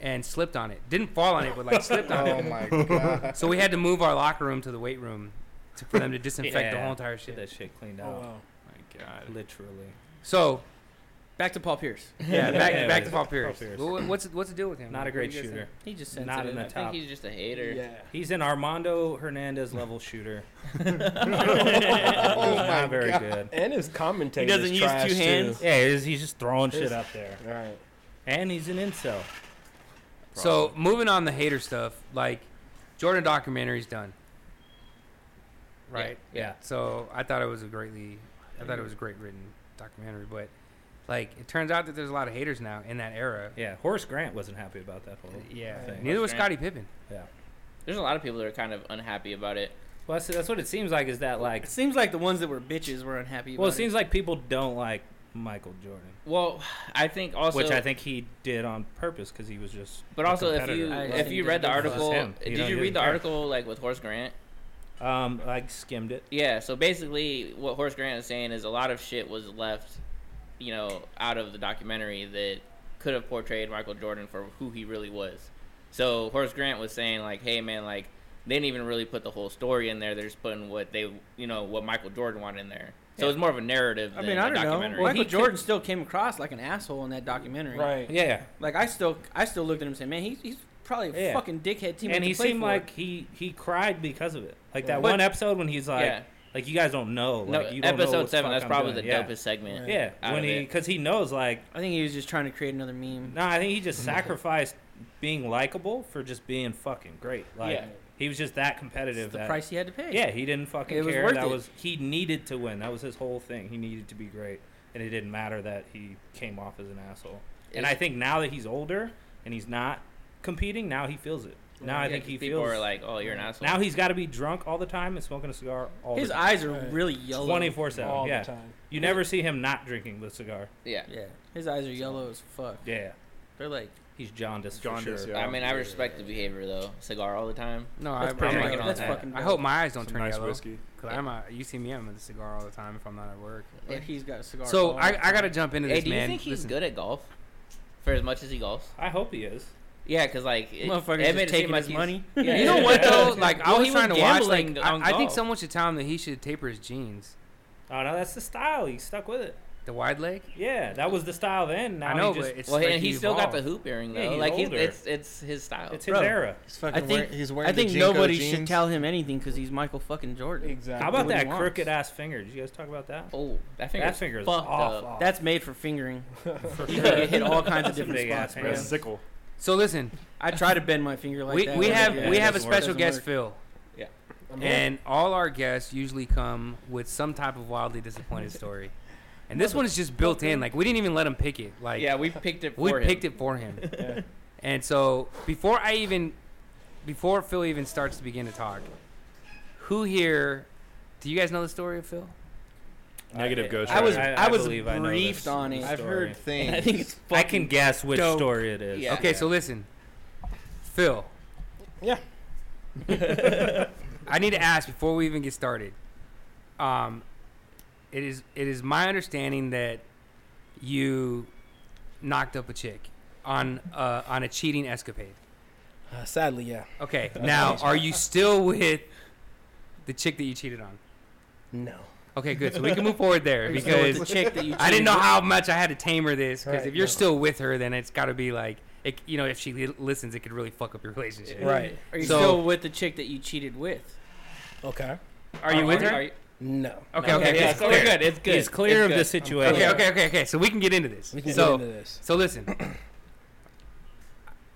Speaker 2: and slipped on it. Didn't fall on it, but like slipped on
Speaker 11: Oh
Speaker 2: it.
Speaker 11: my god.
Speaker 2: So we had to move our locker room to the weight room to, for them to disinfect the
Speaker 5: Yeah.
Speaker 2: whole entire
Speaker 5: Get
Speaker 2: shit.
Speaker 5: that shit cleaned
Speaker 9: Oh,
Speaker 5: out.
Speaker 9: wow.
Speaker 6: My God.
Speaker 5: Literally.
Speaker 2: So
Speaker 3: Back to Paul Pierce.
Speaker 2: yeah, back,
Speaker 5: Yeah,
Speaker 2: back to
Speaker 5: yeah.
Speaker 2: Paul Pierce.
Speaker 5: Pierce.
Speaker 2: Well, what's what's the deal with him?
Speaker 5: Not a
Speaker 2: What
Speaker 5: great
Speaker 2: do you guys
Speaker 5: shooter.
Speaker 3: He just
Speaker 5: Not
Speaker 3: sensitive.
Speaker 5: in the
Speaker 10: I
Speaker 5: top.
Speaker 10: think he's just a hater.
Speaker 7: Yeah.
Speaker 5: He's an Armando Hernandez level shooter.
Speaker 11: Oh
Speaker 5: Not
Speaker 11: my
Speaker 5: very
Speaker 11: God.
Speaker 5: good.
Speaker 7: And his commentary.
Speaker 3: He doesn't use
Speaker 7: is trash,
Speaker 3: two hands.
Speaker 5: Yeah, he's, he's just throwing shit up there.
Speaker 7: Too. All right.
Speaker 5: And he's an incel.
Speaker 2: think? So moving on the hater stuff, like Jordan documentary's done. Right.
Speaker 5: Yeah.
Speaker 2: So I thought it was a greatly, I thought it was a great written documentary, but like it turns out that there's a lot of haters now in that era.
Speaker 5: Yeah. Horace Grant wasn't happy about that whole
Speaker 2: Yeah.
Speaker 5: thing.
Speaker 2: Neither was
Speaker 10: Grant.
Speaker 2: Scottie Pippen.
Speaker 10: There's a lot of people that are kind of unhappy about it.
Speaker 5: Well, that's, that's what it seems like is that, like,
Speaker 3: It seems like the ones that were bitches were unhappy. About
Speaker 5: well, it seems like people don't like Michael Jordan,
Speaker 10: Well, I think also,
Speaker 5: which I think he did on purpose because he was just.
Speaker 10: but
Speaker 5: a
Speaker 10: also if
Speaker 5: competitor.
Speaker 10: you
Speaker 3: I
Speaker 10: if
Speaker 3: think
Speaker 10: you
Speaker 3: that
Speaker 10: read the
Speaker 3: that's
Speaker 10: article,
Speaker 5: him. He don't- he
Speaker 10: did you
Speaker 5: doesn't
Speaker 10: read the
Speaker 5: care.
Speaker 10: article like with Horace Grant?
Speaker 5: Um, I skimmed it.
Speaker 10: Yeah, so basically, what Horace Grant is saying is a lot of shit was left, you know, out of the documentary that could have portrayed Michael Jordan for who he really was. So Horace Grant was saying like, hey man, like they didn't even really put the whole story in there. They're just putting what they, you know, what Michael Jordan wanted in there. So it's more of a narrative
Speaker 3: I
Speaker 10: than
Speaker 3: mean, I
Speaker 10: a
Speaker 3: don't know.
Speaker 10: documentary.
Speaker 3: Michael
Speaker 5: he
Speaker 3: Jordan still came across like an asshole in that documentary.
Speaker 7: Right.
Speaker 5: Yeah.
Speaker 3: Like I still, I still looked at him and said, man, he's he's probably a
Speaker 5: Yeah.
Speaker 3: fucking dickhead team.
Speaker 5: and he seemed like he he cried because of it. Like that
Speaker 10: But-
Speaker 5: one episode when he's like,
Speaker 10: yeah,
Speaker 5: like you guys don't know.
Speaker 10: no,
Speaker 5: Like, you don't know
Speaker 10: episode
Speaker 5: what
Speaker 10: seven.
Speaker 5: fuck
Speaker 10: That's
Speaker 5: I'm
Speaker 10: probably
Speaker 5: doing.
Speaker 10: the
Speaker 5: yeah.
Speaker 10: dopest segment.
Speaker 5: Yeah,
Speaker 10: out
Speaker 5: when
Speaker 10: of
Speaker 5: he
Speaker 10: it.
Speaker 5: because he knows like
Speaker 3: I think he was just trying to create another meme.
Speaker 5: no, I think he just sacrificed being likable for just being fucking great. Like
Speaker 10: Yeah.
Speaker 5: he was just that competitive.
Speaker 3: It's the
Speaker 5: that,
Speaker 3: price he had to pay.
Speaker 5: Yeah, he didn't fucking
Speaker 3: It was
Speaker 5: care.
Speaker 3: worth
Speaker 5: that
Speaker 3: it.
Speaker 5: was he needed to win. That was his whole thing. He needed to be great, and it didn't matter that he came off as an asshole. And
Speaker 10: It's-
Speaker 5: I think now that he's older and he's not competing, now he feels it. Now I
Speaker 10: Yeah,
Speaker 5: think
Speaker 10: 'cause
Speaker 5: he
Speaker 10: people
Speaker 5: feels
Speaker 10: are like, oh, you're an asshole.
Speaker 5: Now he's got to be drunk all the time and smoking a cigar all
Speaker 3: His
Speaker 5: the time.
Speaker 3: eyes are
Speaker 7: Right.
Speaker 3: really yellow.
Speaker 5: 24
Speaker 7: All
Speaker 5: 7. Yeah.
Speaker 7: the time.
Speaker 5: You never see him not drinking the cigar.
Speaker 10: yeah.
Speaker 3: Yeah, his eyes are yellow as fuck.
Speaker 5: Yeah.
Speaker 3: They're like
Speaker 5: He's jaundiced.
Speaker 6: Jaundice,
Speaker 5: for sure.
Speaker 6: yeah.
Speaker 10: I mean, I respect the behavior though. Cigar all the time.
Speaker 2: No,
Speaker 3: that's
Speaker 2: I, I'm
Speaker 3: pretty dope.
Speaker 10: I'm
Speaker 2: like,
Speaker 10: liking all
Speaker 3: That's
Speaker 10: that.
Speaker 3: fucking.
Speaker 2: I
Speaker 3: dope.
Speaker 2: hope my eyes don't
Speaker 6: Some
Speaker 2: turn
Speaker 6: nice
Speaker 2: yellow.
Speaker 6: whiskey.
Speaker 2: Cause I'm a, you see me, I'm with a cigar all the time if I'm not at work.
Speaker 3: Yeah, he's got a cigar.
Speaker 2: So
Speaker 3: all the
Speaker 2: I, I
Speaker 3: time.
Speaker 2: gotta jump into this
Speaker 10: Hey, do
Speaker 2: man.
Speaker 10: you think he's
Speaker 2: Listen.
Speaker 10: good at golf? For as much as he golfs?
Speaker 5: I hope he is.
Speaker 10: Yeah, because like it,
Speaker 3: Motherfucker's
Speaker 10: it
Speaker 3: just
Speaker 10: made it seem
Speaker 3: taking
Speaker 10: like
Speaker 3: his
Speaker 10: he's-
Speaker 3: money.
Speaker 10: Yeah.
Speaker 2: You know what though? Like I
Speaker 10: Well,
Speaker 2: was
Speaker 10: he
Speaker 2: trying to
Speaker 10: was
Speaker 2: watch.
Speaker 10: gambling
Speaker 2: Like
Speaker 10: on
Speaker 2: I, I think
Speaker 10: golf.
Speaker 2: someone should tell him that he should taper his jeans.
Speaker 5: Oh, no, that's the style. He stuck with it.
Speaker 2: The wide leg.
Speaker 5: Yeah, that was the style then. Now
Speaker 2: I know,
Speaker 5: he just,
Speaker 2: but it's
Speaker 10: Well,
Speaker 2: like
Speaker 10: and
Speaker 2: he
Speaker 10: he still got the
Speaker 2: evolved.
Speaker 10: hoop earring though.
Speaker 5: Yeah, he's
Speaker 10: like he's,
Speaker 5: older.
Speaker 10: it's it's his style.
Speaker 5: it's his
Speaker 3: Bro.
Speaker 5: era.
Speaker 11: He's fucking
Speaker 3: I
Speaker 11: wearing,
Speaker 3: think-
Speaker 11: he's wearing
Speaker 3: I
Speaker 11: the
Speaker 3: think
Speaker 11: Jinko
Speaker 3: nobody
Speaker 11: jeans.
Speaker 3: should tell him anything because he's Michael fucking Jordan.
Speaker 7: Exactly.
Speaker 5: How about
Speaker 3: what he
Speaker 5: that
Speaker 3: wants.
Speaker 5: crooked ass finger? Did you guys talk about that?
Speaker 10: oh, that finger.
Speaker 5: That finger is
Speaker 10: fucked
Speaker 5: off.
Speaker 10: up.
Speaker 3: That's made for fingering.
Speaker 5: For
Speaker 3: You
Speaker 5: sure.
Speaker 3: can get hit all kinds of
Speaker 5: That's a
Speaker 3: different
Speaker 5: big ass
Speaker 3: spots,
Speaker 6: Got
Speaker 3: bro.
Speaker 6: a
Speaker 5: hand.
Speaker 6: sickle.
Speaker 2: So listen,
Speaker 3: I try to bend my finger like
Speaker 2: we,
Speaker 3: that.
Speaker 2: we
Speaker 3: but
Speaker 2: have
Speaker 3: yeah,
Speaker 2: we
Speaker 3: it
Speaker 2: have a
Speaker 3: doesn't work.
Speaker 2: special
Speaker 3: Doesn't
Speaker 2: guest
Speaker 3: work.
Speaker 2: Phil,
Speaker 7: I'm here.
Speaker 2: and all our guests usually come with some type of wildly disappointed story, and this one is just built in. Like we didn't even let him pick it. Like
Speaker 10: yeah, we picked it. For
Speaker 2: we
Speaker 10: him.
Speaker 2: picked it for him. And so before I even before Phil even starts to begin to talk, who here do you guys know the story of Phil?
Speaker 6: Negative ghost.
Speaker 3: I was
Speaker 6: rider.
Speaker 3: I,
Speaker 5: I- I
Speaker 3: was
Speaker 5: believe I know
Speaker 3: briefed
Speaker 5: this.
Speaker 3: on it.
Speaker 11: I've
Speaker 5: story.
Speaker 11: heard things.
Speaker 3: I think it's
Speaker 5: I can guess which
Speaker 3: dope.
Speaker 5: story it is.
Speaker 10: Yeah.
Speaker 2: okay, so listen. Phil.
Speaker 7: Yeah.
Speaker 2: I need to ask before we even get started. Um it is it is my understanding that you knocked up a chick on uh, on a cheating escapade.
Speaker 7: Uh, sadly, yeah.
Speaker 2: Okay. Now, are you still with The chick that you cheated on.
Speaker 7: No.
Speaker 2: Okay, good. So we can move forward there
Speaker 3: There's no-
Speaker 2: because
Speaker 3: the chick that you
Speaker 2: I didn't know
Speaker 3: cheated
Speaker 2: how much I had to tamer this. Because
Speaker 7: Right,
Speaker 2: if you're
Speaker 7: no.
Speaker 2: still with her, then it's got to be like, it, you know, if she li- listens, it could really fuck up your relationship.
Speaker 3: with.
Speaker 7: Right.
Speaker 3: Are you
Speaker 2: So-
Speaker 3: still with the chick that you cheated with?
Speaker 7: Okay.
Speaker 2: Are you with her?
Speaker 10: Are you-
Speaker 7: No.
Speaker 2: okay,
Speaker 10: No.
Speaker 2: okay, okay.
Speaker 10: Yeah,
Speaker 2: it's
Speaker 10: so
Speaker 2: clear.
Speaker 10: we're good. It's good.
Speaker 5: He's clear
Speaker 10: It's
Speaker 5: of
Speaker 10: good.
Speaker 5: the situation.
Speaker 2: Okay, okay, okay, okay. So we can get into this.
Speaker 7: We can
Speaker 2: so,
Speaker 7: get into this.
Speaker 2: so listen,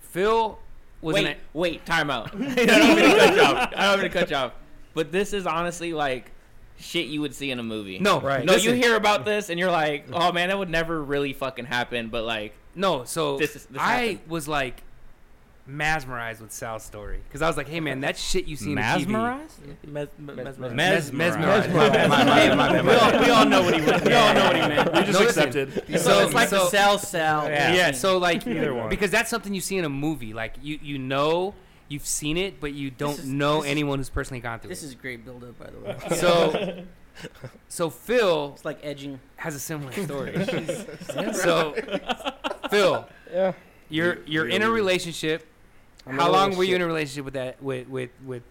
Speaker 2: Phil was in
Speaker 10: wait,
Speaker 2: it.
Speaker 10: wait, time out. I don't want me to cut you off. I don't want me to cut you off. But this is honestly like shit you would see in a movie.
Speaker 2: No,
Speaker 7: Right.
Speaker 10: No,
Speaker 2: listen.
Speaker 10: you hear about this and you're like, oh man, that would never really fucking happen. But like,
Speaker 2: No, so
Speaker 10: This is- this
Speaker 2: I
Speaker 10: happened.
Speaker 2: was like mesmerized with Sal's story because I was like, "Hey man, that shit you see in the
Speaker 9: Mes-
Speaker 2: TV."
Speaker 9: mes- mesmerized.
Speaker 2: Mm-hmm. Mes-
Speaker 5: Mesmerized.
Speaker 2: mesmerized. My bad,
Speaker 5: Mesmerized.
Speaker 2: my bad, my bad, my
Speaker 3: We all,
Speaker 2: bad.
Speaker 3: we all know what he was. We all know what he meant.
Speaker 6: We just
Speaker 2: No, listen.
Speaker 6: accepted.
Speaker 3: So it's
Speaker 2: So-
Speaker 3: like
Speaker 2: so-
Speaker 3: the sell sell.
Speaker 5: Yeah.
Speaker 2: Yeah, so like
Speaker 5: Either one.
Speaker 2: because that's something you see in a movie. Like you you know you've seen it, but you don't
Speaker 3: is-
Speaker 2: know
Speaker 3: this is-
Speaker 2: anyone who's personally gone through
Speaker 3: This
Speaker 2: it.
Speaker 3: is great build up, by the way.
Speaker 2: So so Phil
Speaker 3: It's like edging.
Speaker 2: has a similar story. so Phil,
Speaker 7: Yeah.
Speaker 2: you're
Speaker 6: Re-
Speaker 2: you're
Speaker 6: real
Speaker 2: in a
Speaker 6: weird.
Speaker 2: relationship.
Speaker 7: I'm in
Speaker 2: How
Speaker 7: a
Speaker 2: long were you in a relationship
Speaker 7: relationship.
Speaker 2: with that with with with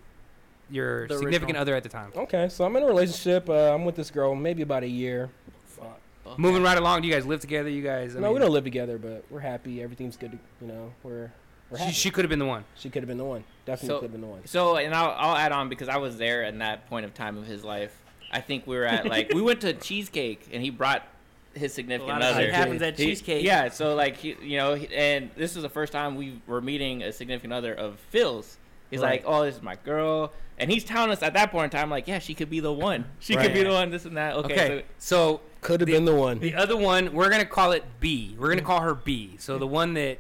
Speaker 2: your
Speaker 3: The
Speaker 2: significant
Speaker 3: original.
Speaker 2: other at the time?
Speaker 7: Okay, so I'm in a relationship. Uh, I'm with this girl maybe about a year.
Speaker 2: Moving right along, do you guys live together? You guys? I
Speaker 7: no, we
Speaker 2: mean,
Speaker 7: don't live together, but we're happy. Everything's good. You know, we're we're
Speaker 2: She,
Speaker 7: happy.
Speaker 2: she could have been the one.
Speaker 7: She could have been the one. Definitely
Speaker 10: So-
Speaker 7: could have been the one.
Speaker 10: so and I'll, I'll add on because I was there in that point of time of his life. I think we were at like we went to cheesecake and he brought his significant
Speaker 3: It
Speaker 10: other.
Speaker 7: shit
Speaker 3: happens at
Speaker 10: He-
Speaker 3: cheesecake.
Speaker 10: yeah, so like he, you know, he- and this is the first time we were meeting a significant other of Phil's. He's
Speaker 7: Right.
Speaker 10: like, "Oh, this is my girl," and he's telling us at that point in time, like, "Yeah, she could be the one. She
Speaker 2: Right.
Speaker 10: could be the one. This and that." Okay,
Speaker 2: Okay, so
Speaker 7: Could have
Speaker 2: the-
Speaker 7: been the one.
Speaker 2: the other one, we're gonna call it B. We're
Speaker 3: Mm.
Speaker 2: gonna call her B. So the one that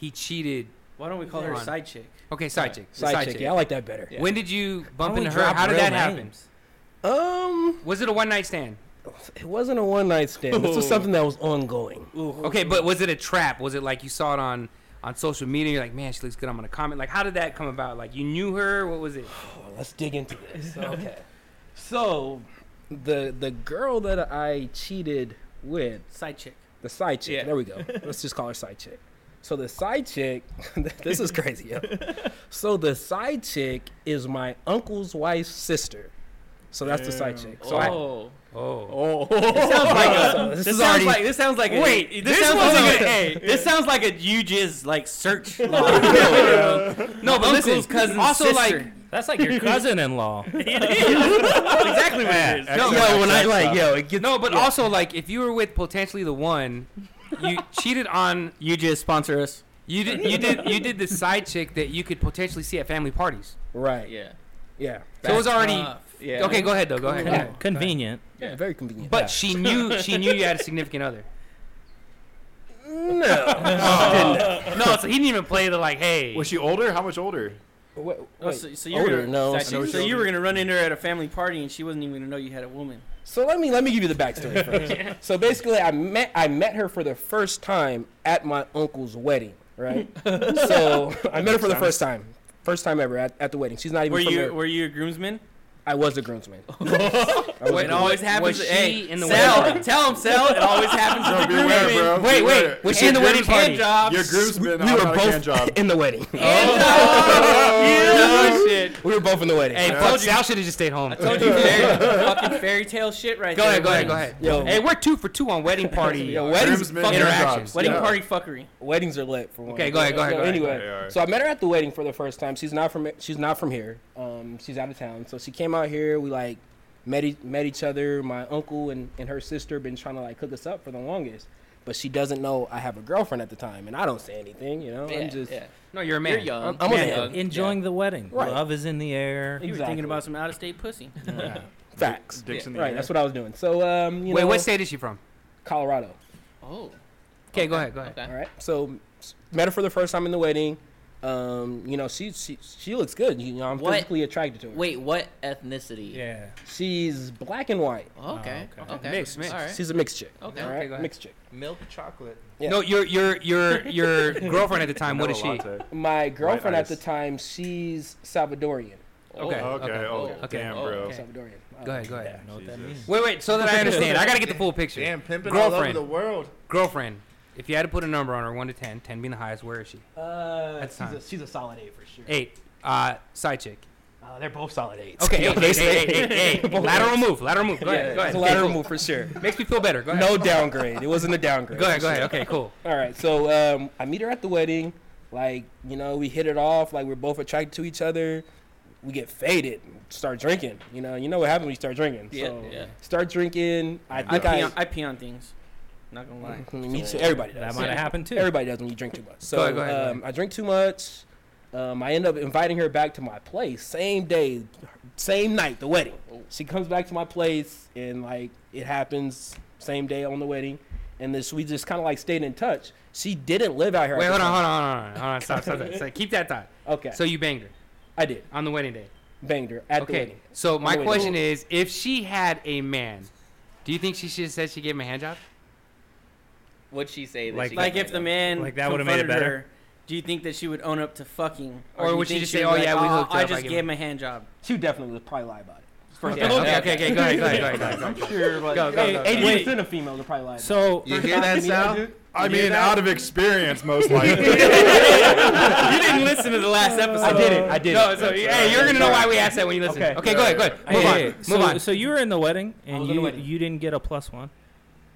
Speaker 2: he cheated.
Speaker 3: Why don't we call her a
Speaker 2: Hold on.
Speaker 3: side chick?
Speaker 2: Okay, side chick.
Speaker 7: Side, chick. Yeah, I like that better.
Speaker 2: When did you
Speaker 3: Why
Speaker 2: bump
Speaker 3: don't we
Speaker 2: into her?
Speaker 3: drop
Speaker 2: How did
Speaker 3: real
Speaker 2: that happen?
Speaker 3: names?
Speaker 7: Um,
Speaker 2: Was it a one night stand?
Speaker 7: it wasn't a one night stand. This was something that was ongoing.
Speaker 2: Okay, but was it a trap? Was it like you saw it on on social media? You're like, man, she looks good. I'm gonna comment. Like, how did that come about? Like, you knew her. What was it?
Speaker 7: Oh, let's dig into this. okay. So, the the girl that I cheated with
Speaker 3: Side chick.
Speaker 7: The side chick.
Speaker 10: Yeah.
Speaker 7: There we go. Let's just call her side chick. So the side chick, this is crazy. Yo. So the side chick is my uncle's wife's sister. So that's the side chick. So I,
Speaker 10: oh,
Speaker 2: Oh,
Speaker 7: oh,
Speaker 3: Sounds like a,
Speaker 7: So this
Speaker 3: this,
Speaker 7: is
Speaker 3: sounds
Speaker 7: already-
Speaker 3: like this sounds like a,
Speaker 2: Wait,
Speaker 3: This,
Speaker 2: this
Speaker 3: sounds
Speaker 2: wasn't
Speaker 3: like
Speaker 2: a-
Speaker 3: a,
Speaker 2: hey.
Speaker 3: this sounds like a you just like search law. You know?
Speaker 2: no, but listen.
Speaker 3: Uncle's cousin's
Speaker 2: also,
Speaker 3: sister.
Speaker 5: That's like your cousin-in-law.
Speaker 3: exactly what it is.
Speaker 2: like,
Speaker 6: Yo, when I,
Speaker 2: like, yo, no, but also like, if you were with potentially the one, you cheated on
Speaker 3: You just sponsor us.
Speaker 2: You did, you did, you did the side chick that you could potentially see at family parties.
Speaker 7: right. Yeah.
Speaker 10: yeah,
Speaker 7: Yeah.
Speaker 2: So it was already
Speaker 10: yeah.
Speaker 2: okay. Go ahead though. Go ahead.
Speaker 7: Yeah.
Speaker 5: Convenient.
Speaker 7: Very convenient.
Speaker 2: But she knew, she knew you had a significant other.
Speaker 7: no.
Speaker 2: No, so he didn't even play the like, hey.
Speaker 6: Was she older? How much older?
Speaker 7: Wait,
Speaker 3: Oh,
Speaker 7: wait.
Speaker 3: so, so you're
Speaker 7: Older.
Speaker 3: gonna,
Speaker 7: No.
Speaker 6: side
Speaker 3: so,
Speaker 6: chick.
Speaker 7: So,
Speaker 3: so you were gonna run into her at a family party and she wasn't even gonna know you had a woman.
Speaker 7: so let me let me give you the backstory first. so basically, I met I met her for the first time at my uncle's wedding. Right. so I met her for the first time. First time ever at, at the wedding. She's not even
Speaker 3: Were
Speaker 7: from
Speaker 3: you
Speaker 7: there.
Speaker 3: were you a groomsman? Oh,
Speaker 7: I was a groomsman. I was a
Speaker 3: It always happens.
Speaker 2: was
Speaker 3: hey,
Speaker 2: she in the
Speaker 3: Sal,
Speaker 2: wedding?
Speaker 3: tell him, Sal. It always happens.
Speaker 6: No,
Speaker 3: at the
Speaker 6: be aware,
Speaker 3: groomsman.
Speaker 6: bro.
Speaker 2: Wait,
Speaker 6: Be
Speaker 2: wait.
Speaker 6: aware.
Speaker 2: Was she in the wedding party?
Speaker 3: Hand jobs.
Speaker 6: Your groomsman.
Speaker 7: we were
Speaker 6: automatic hand
Speaker 7: both
Speaker 6: job.
Speaker 7: in the wedding.
Speaker 2: oh.
Speaker 3: Hand jobs. Oh, You shit.
Speaker 7: We were both in the wedding.
Speaker 2: Hey,
Speaker 6: I
Speaker 2: fuck,
Speaker 6: told
Speaker 2: Sal should have just stayed home.
Speaker 3: I told you fairy, fucking fairy tale shit right
Speaker 2: Go
Speaker 3: there.
Speaker 2: ahead, go ahead,
Speaker 3: buddy.
Speaker 2: go ahead.
Speaker 7: Yo.
Speaker 2: Hey, we're two for two on wedding party.
Speaker 7: Yo, weddings,
Speaker 6: Groomsmen,
Speaker 2: fucking
Speaker 6: hand
Speaker 2: interactions.
Speaker 6: jobs.
Speaker 3: Wedding
Speaker 6: Yeah.
Speaker 3: party fuckery.
Speaker 7: weddings are lit for one.
Speaker 2: Okay, go ahead, go ahead,
Speaker 7: So
Speaker 2: go ahead.
Speaker 7: anyway,
Speaker 6: They are.
Speaker 7: so I met her at the wedding for the first time. She's not from she's not from here. Um, she's out of town. So she came out here. We like met e- met each other. My uncle and, and her sister been trying to like hook us up for the longest, but she doesn't know I have a girlfriend at the time, and I don't say anything. You know, I'm
Speaker 10: Yeah,
Speaker 7: just
Speaker 10: yeah.
Speaker 2: no, you're a man.
Speaker 10: You're young.
Speaker 7: I'm-
Speaker 3: Oh,
Speaker 7: I'm a
Speaker 10: You're
Speaker 7: man.
Speaker 10: young.
Speaker 5: Enjoying the wedding.
Speaker 7: Right.
Speaker 5: Love is in the air.
Speaker 3: You were
Speaker 7: Exactly.
Speaker 3: thinking about some out of state pussy.
Speaker 7: facts.
Speaker 6: Dicks in the
Speaker 7: Right, that's what I was doing. So um, you
Speaker 2: Wait,
Speaker 7: know,
Speaker 2: what state is she from?
Speaker 7: Colorado.
Speaker 10: Yeah. Oh,
Speaker 2: Okay, go ahead, go ahead.
Speaker 10: Okay.
Speaker 7: All right. So s- met her for the first time in the wedding. Um, you know, she she, she looks good. You know, I'm
Speaker 10: What?
Speaker 7: physically attracted to her.
Speaker 10: Wait, what ethnicity?
Speaker 5: Yeah.
Speaker 7: She's black and white.
Speaker 10: Okay.
Speaker 5: Oh,
Speaker 10: okay.
Speaker 5: okay.
Speaker 2: Mixed, mixed.
Speaker 10: All right.
Speaker 7: She's a mixed chick.
Speaker 10: Okay.
Speaker 7: All
Speaker 2: Okay,
Speaker 7: right.
Speaker 2: go ahead.
Speaker 7: mixed chick.
Speaker 10: Milk chocolate.
Speaker 7: Yeah.
Speaker 2: No, your your your your girlfriend at the time. What is she?
Speaker 6: Okay.
Speaker 7: My girlfriend at the
Speaker 6: eyes.
Speaker 7: time, she's Salvadorian.
Speaker 2: Okay.
Speaker 6: Oh,
Speaker 2: Okay.
Speaker 6: damn, bro.
Speaker 2: Okay.
Speaker 7: Salvadorian. Uh,
Speaker 2: Go ahead, go ahead.
Speaker 5: Know what that
Speaker 6: Jesus.
Speaker 5: means.
Speaker 2: Wait, wait, so that I understand. I gotta get the full picture.
Speaker 11: Damn, pimping all over
Speaker 2: Girlfriend.
Speaker 11: the world.
Speaker 2: Girlfriend, if you had to put a number on her, one to ten, ten being the highest, where is she?
Speaker 7: Uh,
Speaker 2: That's
Speaker 7: she's,
Speaker 2: fine.
Speaker 7: a, she's a solid A for sure.
Speaker 2: Eight. Uh, side chick.
Speaker 11: Uh, they're both solid eights.
Speaker 2: Okay, okay, hey, hey, hey, hey. lateral move, lateral move. Go ahead, go ahead.
Speaker 7: It's
Speaker 2: Okay,
Speaker 7: a lateral
Speaker 2: cool.
Speaker 7: move for sure.
Speaker 2: Makes me feel better. Go ahead.
Speaker 7: No downgrade. It wasn't a downgrade.
Speaker 2: Go ahead, go ahead. Okay, cool.
Speaker 7: All right, so um, I meet her at the wedding. Like, you know, we hit it off. Like, we're both attracted to each other. We get faded, start drinking. You know, you know what happens when you start drinking.
Speaker 3: Yeah,
Speaker 7: so,
Speaker 10: yeah.
Speaker 7: Start drinking. I
Speaker 3: I
Speaker 7: think
Speaker 3: pee,
Speaker 7: I.
Speaker 3: on, I pee on things. Not gonna lie.
Speaker 7: Mm-hmm, Me too. Everybody does.
Speaker 5: That might have happened too.
Speaker 7: Everybody does when you drink too much. So
Speaker 2: ahead, go ahead, go
Speaker 7: um, I drink too much. Um, I end up inviting her back to my place. Same day, same night, the wedding.
Speaker 2: Oh.
Speaker 7: She comes back to my place, and like it happens same day on the wedding. And this we just kind of like stayed in touch. She didn't live out here. at
Speaker 2: Wait,
Speaker 7: the
Speaker 2: hold on, hold
Speaker 7: time.
Speaker 2: on, hold on, hold on. Stop, stop, stop. So keep that thought.
Speaker 7: Okay,
Speaker 2: So you banged her
Speaker 7: I did
Speaker 2: on the wedding day.
Speaker 7: banged her at the
Speaker 2: Okay.
Speaker 7: wedding.
Speaker 2: So my
Speaker 7: the wedding.
Speaker 2: question is, if she had a man, do you think she should have said she gave him a hand job?
Speaker 10: Would she say that?
Speaker 5: Like-
Speaker 10: she got
Speaker 3: Like if the
Speaker 10: married?
Speaker 3: man
Speaker 5: Like, that would've made it
Speaker 3: confronted
Speaker 5: better?
Speaker 3: Her, do you think that she would own up to fucking,
Speaker 2: Or
Speaker 3: do you
Speaker 2: would she
Speaker 3: think
Speaker 2: just
Speaker 3: would
Speaker 2: say,
Speaker 3: be
Speaker 2: "Oh, yeah, we hooked
Speaker 3: I
Speaker 2: up, I
Speaker 3: just
Speaker 2: give
Speaker 3: gave him a hand job.
Speaker 7: She definitely would probably lie about it. For
Speaker 2: Yeah,
Speaker 7: sure.
Speaker 2: okay, okay, okay, go ahead, go ahead, go ahead, go ahead. Go ahead.
Speaker 7: I'm sure like
Speaker 2: Go, go, go, go.
Speaker 7: eighty
Speaker 5: Wait.
Speaker 7: percent of females would probably lie. About it.
Speaker 5: So
Speaker 11: You hear that, Sal?
Speaker 6: I
Speaker 5: You hear
Speaker 6: mean,
Speaker 5: that?
Speaker 6: out of experience, most likely.
Speaker 3: you didn't listen to the last episode.
Speaker 7: I did it. I did
Speaker 2: No,
Speaker 7: it.
Speaker 2: so hey, you're gonna know why we asked that when you listen. Okay,
Speaker 7: Okay.
Speaker 2: go ahead, go ahead. Move on, move
Speaker 5: so,
Speaker 2: on.
Speaker 5: So you were in the wedding and
Speaker 7: was
Speaker 5: you
Speaker 7: in the wedding.
Speaker 5: you didn't get a plus one.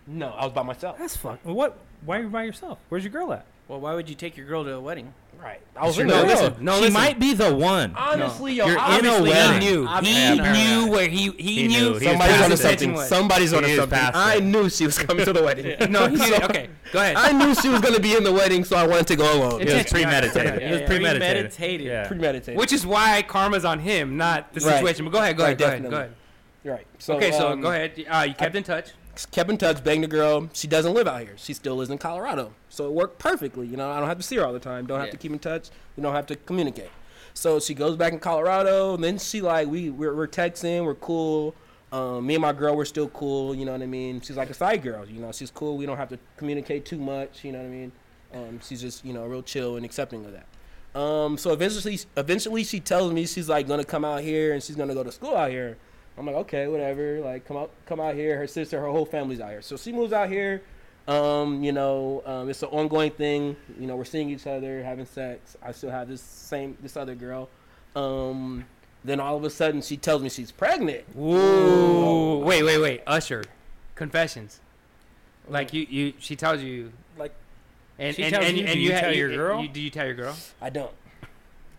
Speaker 7: No, I was by myself.
Speaker 5: That's fuck. What? Why are you by yourself? Where's your girl at?
Speaker 3: Well, why would you take your girl to a wedding?
Speaker 7: Right. I was
Speaker 2: Sure,
Speaker 7: in
Speaker 2: no,
Speaker 7: the
Speaker 2: listen,
Speaker 7: room.
Speaker 2: no,
Speaker 5: she
Speaker 2: listen.
Speaker 5: might be the one.
Speaker 7: Honestly, yo,
Speaker 5: You're in a
Speaker 7: obviously
Speaker 2: he
Speaker 5: wedding.
Speaker 2: knew. He
Speaker 3: Obviously.
Speaker 2: knew where he he,
Speaker 11: He knew.
Speaker 2: knew.
Speaker 11: He
Speaker 2: somebody
Speaker 11: was
Speaker 7: Somebody's
Speaker 2: was
Speaker 7: onto
Speaker 11: past it.
Speaker 7: something. Somebody's
Speaker 11: He
Speaker 7: onto
Speaker 11: is
Speaker 7: something.
Speaker 11: past it.
Speaker 7: I knew she was coming to the wedding.
Speaker 2: No, he
Speaker 7: So-
Speaker 2: did. Okay, go ahead.
Speaker 7: I knew she was going to be in the wedding, so I wanted to go alone.
Speaker 11: It was premeditated.
Speaker 5: Yeah,
Speaker 11: It was
Speaker 5: yeah.
Speaker 11: premeditated.
Speaker 3: Meditated.
Speaker 5: Yeah.
Speaker 7: Premeditated.
Speaker 2: Which is why karma's on him, not the
Speaker 7: Right.
Speaker 2: situation. But go ahead, go
Speaker 7: Right,
Speaker 2: ahead, go ahead,
Speaker 7: definitely.
Speaker 2: go ahead.
Speaker 7: You're right. So,
Speaker 2: okay, so
Speaker 7: um,
Speaker 2: go ahead. Uh, you kept in touch.
Speaker 7: Kept in touch, banged the girl. She doesn't live out here. She still lives in Colorado. So it worked perfectly. You know, I don't have to see her all the time. Don't have
Speaker 10: Yeah.
Speaker 7: to keep in touch. We don't have to communicate. So she goes back in Colorado. And then she like we we're, we're texting. We're cool. Um, me and my girl, we're still cool. You know what I mean? She's like a side girl. You know, she's cool. We don't have to communicate too much. You know what I mean? Um, she's just you know real chill and accepting of that. Um, so eventually, eventually she tells me she's like gonna come out here and she's gonna go to school out here. I'm like, okay, whatever. Like, come out, come out here. Her sister, her whole family's out here. So she moves out here. Um, you know, um, it's an ongoing thing. You know, we're seeing each other, having sex. I still have this same, this other girl. Um, then all of a sudden, she tells me she's pregnant.
Speaker 2: Ooh, wait, wait, wait. Usher, confessions. Like you, you. She tells you.
Speaker 7: Like-
Speaker 2: And
Speaker 5: She
Speaker 2: and
Speaker 5: tells
Speaker 2: and,
Speaker 5: you,
Speaker 2: and
Speaker 5: do
Speaker 2: you,
Speaker 5: you
Speaker 2: ha-
Speaker 5: tell your
Speaker 2: you- eh,
Speaker 5: girl?
Speaker 2: you- do you tell your girl?
Speaker 7: I don't.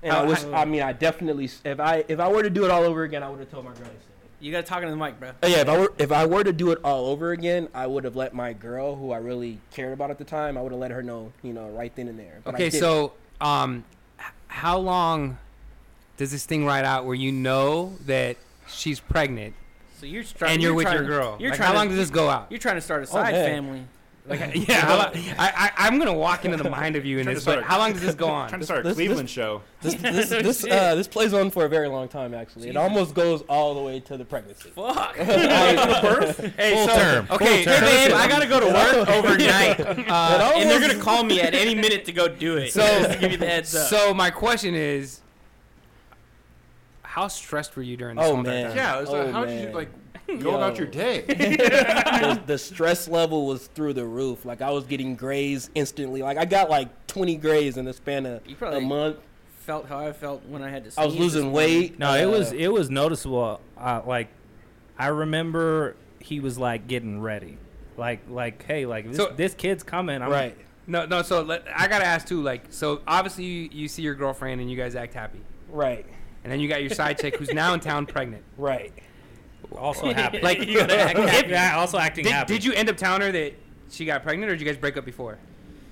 Speaker 7: And
Speaker 2: How-
Speaker 7: I wish.
Speaker 2: how-
Speaker 7: I mean, I definitely. If I if I were to do it all over again, I would have told my girl.
Speaker 3: You gotta talk into the mic, bro.
Speaker 7: Uh, yeah, if I were if I were to do it all over again, I would have let my girl, who I really cared about at the time, I would have let her know, you know, right then and there. But I
Speaker 2: Okay,
Speaker 7: didn't.
Speaker 2: so um, h- how long does this thing ride out where you know that she's pregnant
Speaker 3: So you're just trying.
Speaker 2: and you're, with
Speaker 3: trying,
Speaker 2: your girl?
Speaker 3: You're
Speaker 2: Like,
Speaker 3: trying.
Speaker 2: how long
Speaker 3: to,
Speaker 2: does this go out?
Speaker 3: You're trying to start a side
Speaker 7: man.
Speaker 3: family.
Speaker 2: Like, yeah, how long- I, I, I'm gonna walk into the mind of you in
Speaker 6: Trying to
Speaker 2: this. But
Speaker 6: start-
Speaker 2: how long does this go
Speaker 6: trying
Speaker 2: on?
Speaker 6: to start a
Speaker 7: This- this-
Speaker 6: Cleveland show.
Speaker 3: Oh,
Speaker 7: this this this, uh, this plays on for a very long time actually. It almost goes all the way to the pregnancy.
Speaker 3: Fuck.
Speaker 2: Hey,
Speaker 11: Full term.
Speaker 2: Okay, hey babe, I gotta go to work overnight, uh,
Speaker 3: and they're gonna call me at any minute to go do it.
Speaker 2: So-
Speaker 3: Just to give you the heads up.
Speaker 2: So my question is, how stressed were you during this
Speaker 7: Oh
Speaker 2: whole entire
Speaker 7: man.
Speaker 2: time?
Speaker 11: Yeah, it was like,
Speaker 7: Oh,
Speaker 11: how did you
Speaker 7: man.
Speaker 11: like go about your day?
Speaker 7: the, the stress level was through the roof. Like I was getting grays instantly. Like I got like 20 grays in the span of
Speaker 3: You
Speaker 7: a
Speaker 3: probably
Speaker 7: month.
Speaker 3: felt how I felt when I had to.
Speaker 7: I
Speaker 3: sneeze
Speaker 7: was
Speaker 3: this
Speaker 7: losing
Speaker 3: morning.
Speaker 7: weight.
Speaker 5: No, it was
Speaker 7: Uh,
Speaker 5: it was noticeable. Uh, like, I remember he was like getting ready, like like hey like this,
Speaker 2: So-
Speaker 5: this kid's coming. I'm,
Speaker 7: right.
Speaker 2: No, no. So let, I gotta ask too. Like, so obviously you, you see your girlfriend and you guys act happy,
Speaker 7: Right.
Speaker 2: and then you got your side chick who's now in town pregnant.
Speaker 7: Right.
Speaker 5: Also happy.
Speaker 2: Like, if-
Speaker 5: yeah, also acting
Speaker 2: did,
Speaker 5: happy.
Speaker 2: did you end up telling her that she got pregnant, or did you guys break up before?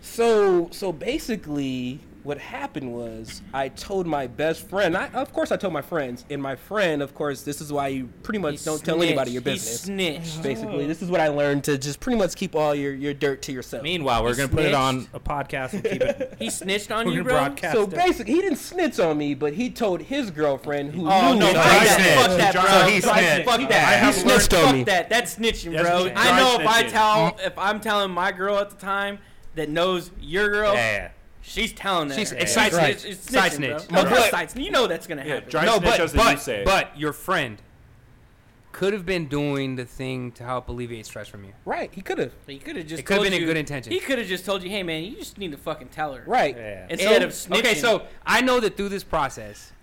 Speaker 7: So so basically what happened was I told my best friend. I of course I told my friends and my friend of course this is why you pretty much
Speaker 3: He
Speaker 7: don't tell
Speaker 3: snitched.
Speaker 7: anybody your
Speaker 3: He
Speaker 7: business.
Speaker 3: snitched.
Speaker 7: Basically, this is what I learned to just pretty much keep all your, your dirt to yourself.
Speaker 5: Meanwhile, we're gonna put it on a podcast and keep it.
Speaker 3: He snitched on
Speaker 5: We're
Speaker 3: you,
Speaker 5: gonna
Speaker 3: bro.
Speaker 5: broadcast
Speaker 7: So
Speaker 5: it.
Speaker 7: basically, he didn't snitch on me, but he told his girlfriend who
Speaker 3: Oh
Speaker 7: knew
Speaker 3: no!
Speaker 7: me.
Speaker 3: fuck
Speaker 11: I
Speaker 3: that.
Speaker 11: snitched.
Speaker 3: Fuck that, bro.
Speaker 11: John, he snitched.
Speaker 3: Fuck that.
Speaker 7: He snitched on
Speaker 3: fuck
Speaker 7: me.
Speaker 3: that. That's snitching,
Speaker 5: That's
Speaker 3: bro.
Speaker 5: snitching.
Speaker 3: I know if I
Speaker 11: Dry
Speaker 3: tell, if I'm telling my girl at the time that knows your girl,
Speaker 5: Yeah.
Speaker 3: she's telling that.
Speaker 2: She's- it's side
Speaker 3: It's-
Speaker 2: snitch.
Speaker 3: It's, it's
Speaker 2: Side
Speaker 3: snitching,
Speaker 2: snitch.
Speaker 3: bro.
Speaker 7: My
Speaker 3: Bro,
Speaker 7: boy-
Speaker 3: side snitch. You know that's gonna
Speaker 6: Yeah,
Speaker 3: happen.
Speaker 6: dry
Speaker 2: no,
Speaker 6: snitch,
Speaker 2: but
Speaker 6: as the
Speaker 2: but,
Speaker 6: youth say.
Speaker 2: but your friend could have been doing the thing to help alleviate stress from you.
Speaker 7: Right, he could have.
Speaker 3: He could have just.
Speaker 2: It could have
Speaker 3: told
Speaker 2: been in
Speaker 3: you-
Speaker 2: good intention.
Speaker 3: He could have just told you, hey man, you just need to fucking tell her.
Speaker 7: Right.
Speaker 5: Yeah.
Speaker 3: Instead
Speaker 7: And-
Speaker 3: of snitching.
Speaker 2: Okay, so I know that through this process,